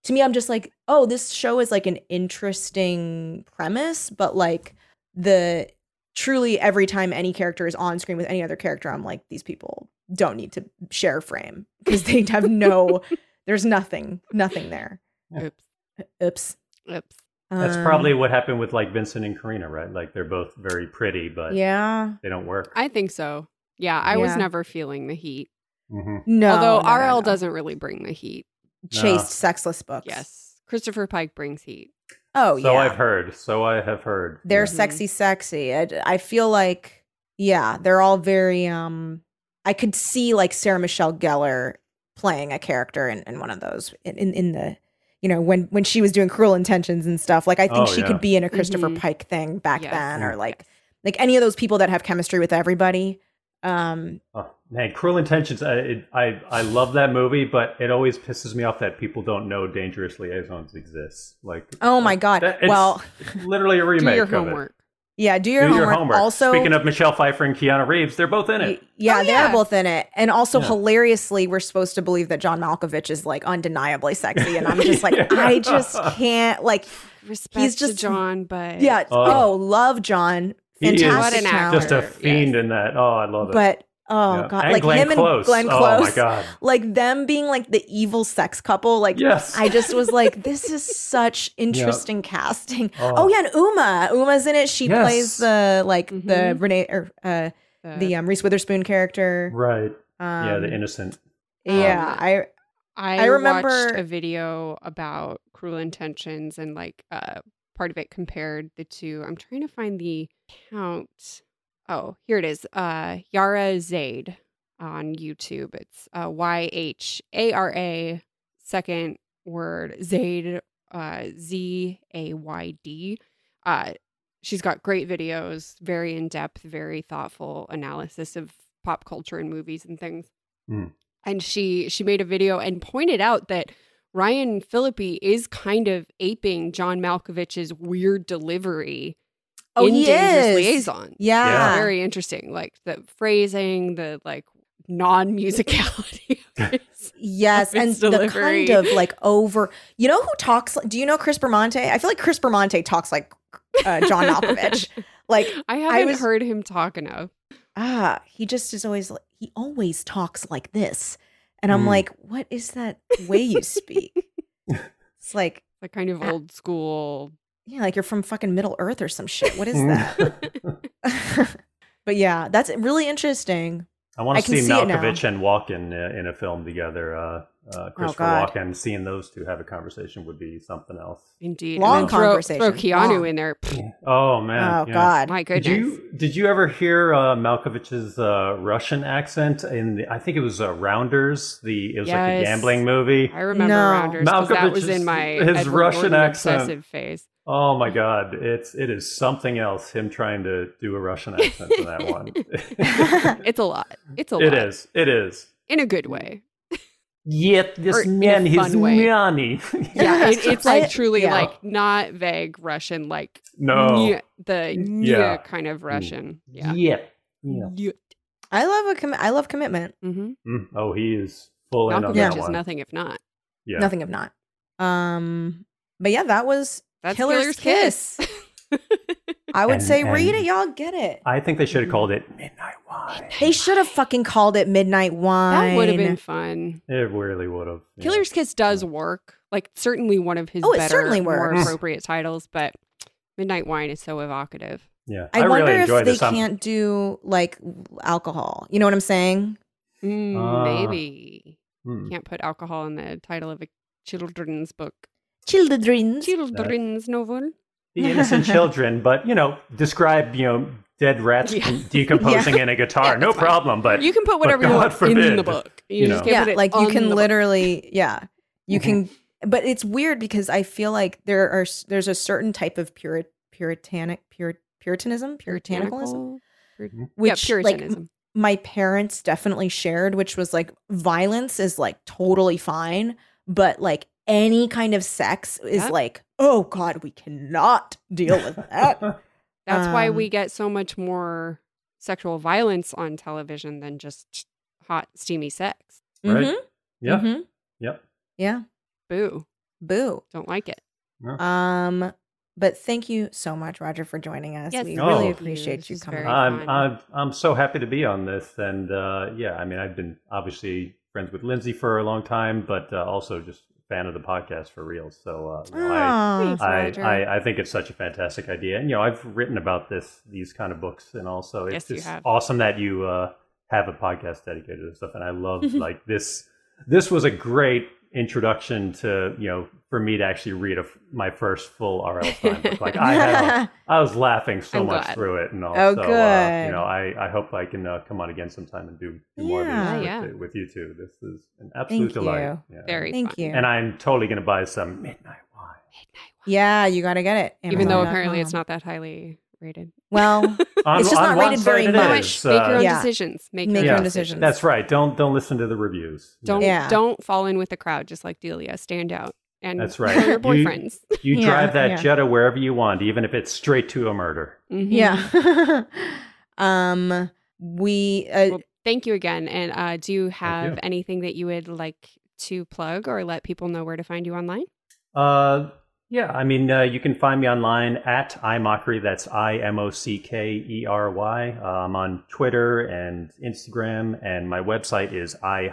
to me, I'm just like, oh, this show is like an interesting premise, but like the truly every time any character is on screen with any other character, I'm like, these people don't need to share a frame because they have no, there's nothing, nothing there.
(laughs) oops,
Uh, Oops.
oops.
(laughs) That's
Um,
probably what happened with like Vincent and Karina, right? Like they're both very pretty, but
yeah.
they don't work.
I think so. Yeah, I was
Yeah.
never feeling the heat.
hmm
No.
Although
no, no,
RL
no.
doesn't really bring the heat.
chased
No.
sexless books.
Yes, Christopher Pike brings heat.
Oh
so
yeah.
I've heard. So I have heard.
they're
Yeah.
Mhm.
sexy sexy I, I feel like yeah they're all very um i could see like sarah michelle gellar playing a character in, in one of those in, in in the you know when when she was doing cruel intentions and stuff like i think
Oh,
she
yeah. Mm.
could be in a christopher
Mhm.
pike thing back
Yes.
then or like
Yes.
like any of those people that have chemistry with everybody um
Oh, man, Cruel Intentions. I, it, I I love that movie, but it always pisses me off that people don't know Dangerous Liaisons exists.
(laughs)
Like,
oh my god
that- it's
well
literally a remake
Do your
of
homework.
yeah do
it.
your,
Do
homework.
your homework.
also
Speaking of Michelle Pfeiffer and Keanu Reeves, they're both in
Y-
it.
Yeah,
Oh,
they're
yeah.
both in it. And also
Yeah.
hilariously, we're supposed to believe that John Malkovich is like undeniably sexy. And I'm
(laughs)
just like, I just can't like
Respect
just-
to John, but
yeah.
Oh.
Oh, love John.
He is
Fantastic
What an
talent.
Just a
actor,
fiend
yes.
in that. Oh, I love it.
But oh
Yeah.
god.
and
like
Glenn
him and
Close.
Glenn
Oh
Close.
my god.
Like them being like the evil sex couple. Like
Yes.
I just was
(laughs)
like, this is such interesting casting.
Oh.
Oh. yeah, and Uma. Uma's in it. She
Yes.
plays the like the
Mhm.
Renee or uh,
the-
the um, Reese Witherspoon character.
right.
Um,
yeah, the innocent.
Yeah,
Um,
I
I,
I remember-
watched a video about Cruel Intentions and like uh, part of it compared the two. I'm trying to find the count. Oh, here it is. Uh, Yara Zaid on YouTube. It's uh, Y H A R A second word Zaid uh, Z A Y D. Uh, she's got great videos, very in depth, very thoughtful analysis of pop culture and movies and things.
Mm.
And she she made a video and pointed out that Ryan Philippi is kind of aping John Malkovich's weird delivery
Oh,
in
he
Dangerous
is.
Liaison.
Yeah.
Very interesting. Like the phrasing, the like non musicality
(laughs)
of his
Yes,
of
and
its
the
delivery.
kind of
(laughs)
like over. You know who talks? Do you know Chris Bramante? I feel like Chris Bramante talks like uh,
(laughs)
John Malkovich. like
I haven't
was-
heard him talk enough.
ah, he just is always like- he always talks like this, and I'm
Mm.
like, what
(laughs)
is that way you speak? it's like
The kind of
Ah.
old school
yeah, like you're from fucking Middle Earth or some shit. What is
Mm.
that?
(laughs)
(laughs) but yeah, that's really interesting.
I want
I
to
can
see,
see it now.
Malkovich and Walken uh, in a film together. Uh,
Oh,
uh, Christopher
God.
Walken, seeing those two have a conversation would be something else.
Indeed.
Long
And then throw- Throw,
conversation.
Keanu
Long.
in there. Pfft,
Oh man!
oh
yeah.
God,
My
Did
goodness.
you did you ever hear uh, Malkovich's uh, Russian accent in the, I think it was uh, Rounders the it was like a
Yes.
gambling movie.
I remember
No.
Rounders 'cause that was
Malkovich's-
in my
his
Edward
Russian
Norton
accent.
obsessive phase.
Oh my God! It's it is something else. Him trying to do a Russian accent for that one.
(laughs)
(laughs)
It's a lot. It's a
It
lot.
is. It is.
In a
(laughs)
good way.
Yet
Or
this
in a
man, his
fun way.
money.
(laughs) Yeah, it, it's
I-
like truly
yeah.
like not vague Russian, like
no.
nye- the nye
Yeah. Mm.
kind of Russian. Yeah.
Yeah.
Nye.
I love a com- I love commitment.
Mhm.
Mm. Oh, he is full in on
Malkovich
that
is
one.
nothing if not.
Yeah.
Nothing if not. Um, but yeah, that was
That's
Killer's
Killer's, Kiss.
I would
And-
say read
and-
it, y'all get it.
I think they should have called it Midnight Wine.
they should have fucking called it Midnight Wine.
that would have been fun.
It really would have. yeah. Mm.
Killer's Kiss does work. Like certainly one of his
Oh, it
better,
certainly
more
works.
appropriate titles, but Midnight Wine is so evocative.
Yeah.
I, wonder
really enjoy
if they
this. um, I'm-
can't do like alcohol. You know what I'm saying?
Mm,
Ah.
maybe
Hmm.
can't put alcohol in the title of a children's book.
Children's.
Children's novel. (laughs)
The innocent children, but you know, describe you know dead rats
Yeah.
(laughs) decomposing in a guitar.
Yeah,
no
that's fine.
problem, but (laughs)
You can put whatever you
God
want in the
forbid.
book. You,
You
just can't
know.
yeah,
put it
like you
on
can
the book.
literally, yeah, you
Mm-hmm.
can. But it's weird because I feel like there are s- there's a certain type of purit, puritanic pur, puritanism, puritanicalism,
puritanical. yeah,
which like
puritanism.
my parents definitely shared, which was like violence is like totally fine, but like any kind of sex is
Yep.
like, oh God, we cannot deal with
(laughs)
that.
That's why
um,
we get so much more sexual violence on television than just hot, steamy sex.
Right.
Mhm,
yeah.
Mm-hmm.
mhm.
Yep.
Yeah.
Boo.
Boo.
Don't like it.
Um, but thank you so much, Roger, for joining us.
Yes,
we
thank
really
you.
appreciate
This
you
is
coming.
very
on.
I'm,
fun.
I'm I'm so happy to be on this, and uh, yeah, I mean, I've been obviously friends with Lindsay for a long time, but uh, also just fan of the podcast for real. So uh, you know,
Ah.
I,
Aw.
Thanks,
I,
Roger.
I I think it's such a fantastic idea, and you know, I've written about this these kind of books, and also it's
Yes, you
just
have.
awesome that you uh, have a podcast dedicated to this stuff, and I
(laughs)
love like this. This was a great introduction to you know for me to actually read a f my first full RL Stein book. Like I have.
(laughs)
A, I was laughing so
I'm
much
glad.
through it and all.
Oh,
so, Uh,
good.
you know, I, I hope I can uh, come on again sometime and do, do more
Yeah.
of these
Yeah.
with, with you two. This is an
Thank
absolute delight.
you.
Yeah.
Very
Thank
fun.
you.
And I'm totally going to buy some midnight wine.
(laughs) yeah, you got to get it.
Even though
Amazon.com.
apparently it's not that highly rated. (laughs)
Well,
On,
It's just not
on one
rated
side
very
it
much.
is,
Make your
uh,
own
Yeah.
decisions. Make,
Make
your own
decisions.
That's right. Don't don't listen to the reviews.
Don't
Yeah.
don't fall in with the crowd just like Delia. Stand out. And
That's
tell
right.
your
You-
boyfriends.
You
Yeah,
drive that
yeah.
Jetta wherever you want, even if it's straight to a murder.
Mhm.
yeah. (laughs) um, we uh,
Well, thank you again. And uh, do you have
you.
anything that you would like to plug or let people know where to find you online?
Uh, yeah, I mean, uh, you can find me online at imockery. That's I M O C K E R Y. Uh, I'm on Twitter and Instagram, and my website is i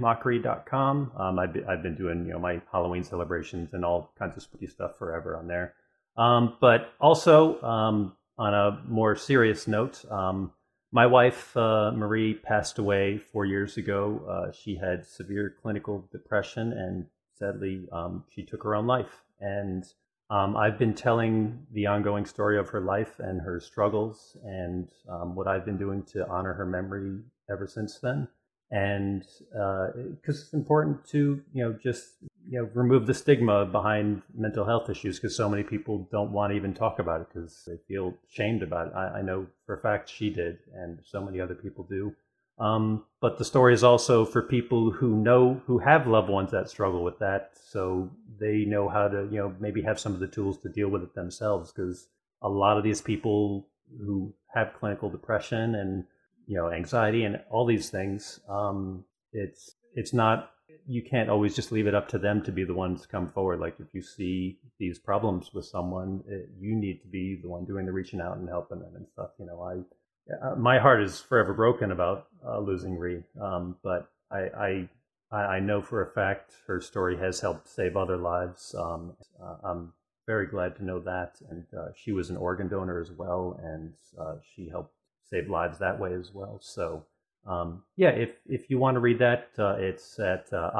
mockery.com. Um, I've, been- I've been doing you know my Halloween celebrations and all kinds of spooky stuff forever on there. Um, but also, um, on a more serious note, um, my wife uh, Marie passed away four years ago. Uh, she had severe clinical depression, and sadly, um, she took her own life. And um, I've been telling the ongoing story of her life and her struggles, and um, what I've been doing to honor her memory ever since then. And uh, because it's important to you know just you know remove the stigma behind mental health issues because so many people don't want to even talk about it because they feel shamed about it. I, I know for a fact she did, and so many other people do. Um, but the story is also for people who know who have loved ones that struggle with that, so they know how to you know maybe have some of the tools to deal with it themselves because a lot of these people who have clinical depression and you know anxiety and all these things um, it's it's not you can't always just leave it up to them to be the ones to come forward like if you see these problems with someone it, you need to be the one doing the reaching out and helping them and stuff you know i uh, my heart is forever broken about uh, losing Reed, um, but I, I I I know for a fact her story has helped save other lives. Um, uh, I'm very glad to know that. And uh, she was an organ donor as well, and uh, she helped save lives that way as well. So, um, yeah, if if you want to read that, uh, it's at uh,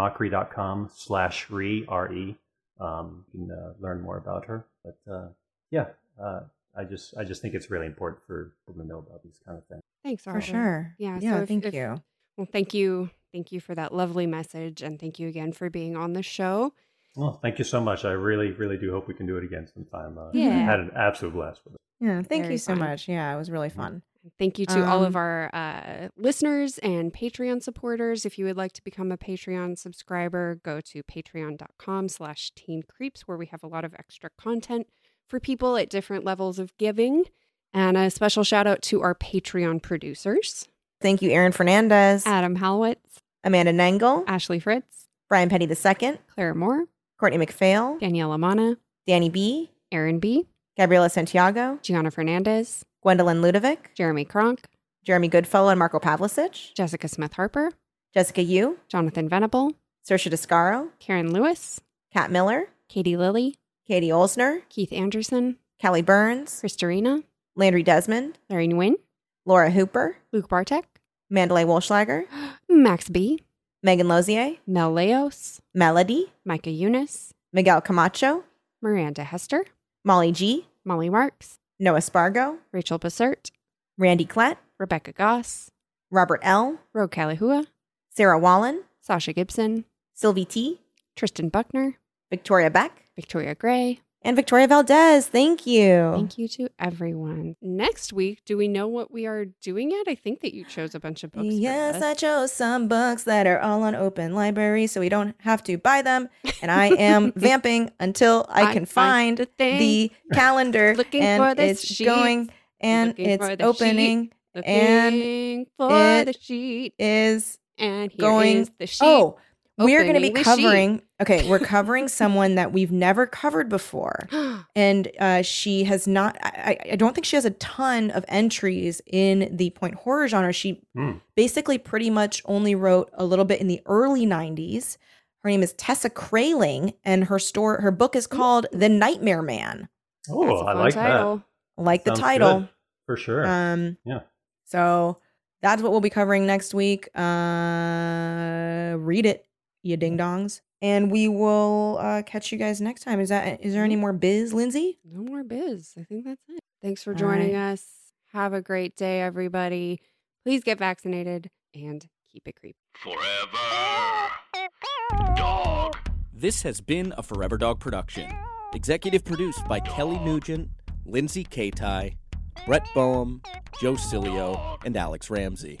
i-mockery.com slash re re. Um, you can uh, learn more about her. But uh, yeah, uh, I just I just think it's really important for people to know about these kind of things.
Thanks,
for
Arlen.
sure.
Yeah,
Yeah.
so if-
thank
if-
you.
Well, thank you. Thank you for that lovely message. And thank you again for being on the show.
Well, thank you so much. I really really do hope we can do it again sometime. Uh,
Yeah.
I had an absolute blast with it.
Yeah. Thank
Very
you so
fun. Mm.
much. Yeah. It was really fun.
Thank you to all of
Um,
our uh, listeners and Patreon supporters. If you would like to become a Patreon subscriber, go to patreon.com slash teen creeps, where we have a lot of extra content for people at different levels of giving. And a special shout out to our Patreon producers,
Thank you, Aaron Fernandez,
Adam Halwitz,
Amanda Nangle,
Ashley Fritz,
Brian Petty II,
Clara Moore,
Courtney McPhail,
Danielle Amana,
Danny B,
Aaron B.,
Gabriela Santiago,
Gianna Fernandez,
Gwendolyn Ludovic,
Jeremy Kronk,
Jeremy Goodfellow and Marco Pavlicic,
Jessica Smith Harper,
Jessica Yu,
Jonathan Venable,
Sersha Descaro,
Karen Lewis,
Kat Miller,
Katie Lilly,
Katie Olsner,
Keith Anderson,
Kelly Burns,
Christarina,
Landry Desmond,
Larry Nguyen,
Laura Hooper,
Luke Bartek,
Mandalay
(gasps)
Wolschlager,
Max B,
Megan Lozier,
Mel Leos,
Melody,
Micah Eunice,
Miguel Camacho,
Miranda Hester,
Molly G,
Molly Marks,
Noah Spargo,
Rachel Bassert,
Randy Klett,
Rebecca Goss,
Robert L,
Ro Kalahua,
Sarah Wallen,
Sasha Gibson,
Sylvie T,
Tristan Buckner,
Victoria Beck,
Victoria Gray.
and Victoria Valdez. Thank you.
Thank you to everyone. Next week, do we know what we are doing yet? I think that you chose a bunch of books. for
Yes,
us.
I chose some books that are all on open library so we don't have to buy them. And I
(laughs)
am vamping until I,
I
can
find
find,
the
the,
thing.
calendar.
(laughs) Looking
and
for the
it's
sheets.
going and
Looking for
it's
the
opening
Looking
and
for
it
the sheet,
is
and here
going-
is the sheet. (gasps)
oh we're going to be
Opening the sheet.
covering okay we're
(laughs)
covering someone that we've never covered before and uh, she has not I, I- I don't think she has a ton of entries in the point horror genre she
Hmm.
basically pretty much only wrote a little bit in the early 90s her name is tessa kraling and her store her book is called the nightmare man
Oh,
That's a
I
fun
like
title.
I like
that. Sounds
the title
good, for sure.
um
Yeah.
so that's what we'll be covering next week uh read it you ding dongs and we will uh catch you guys next time is that is there
Mm-hmm.
any more biz lindsay
No more biz. I think that's it. Thanks for
All
joining us. Have a great day, everybody. Please get vaccinated and keep it creepy.
Forever. Dog.
This has been a Forever Dog production. Executive produced by Kelly Nugent, Lindsay Katai, Brett Boehm, Joe Cilio, and Alex Ramsey.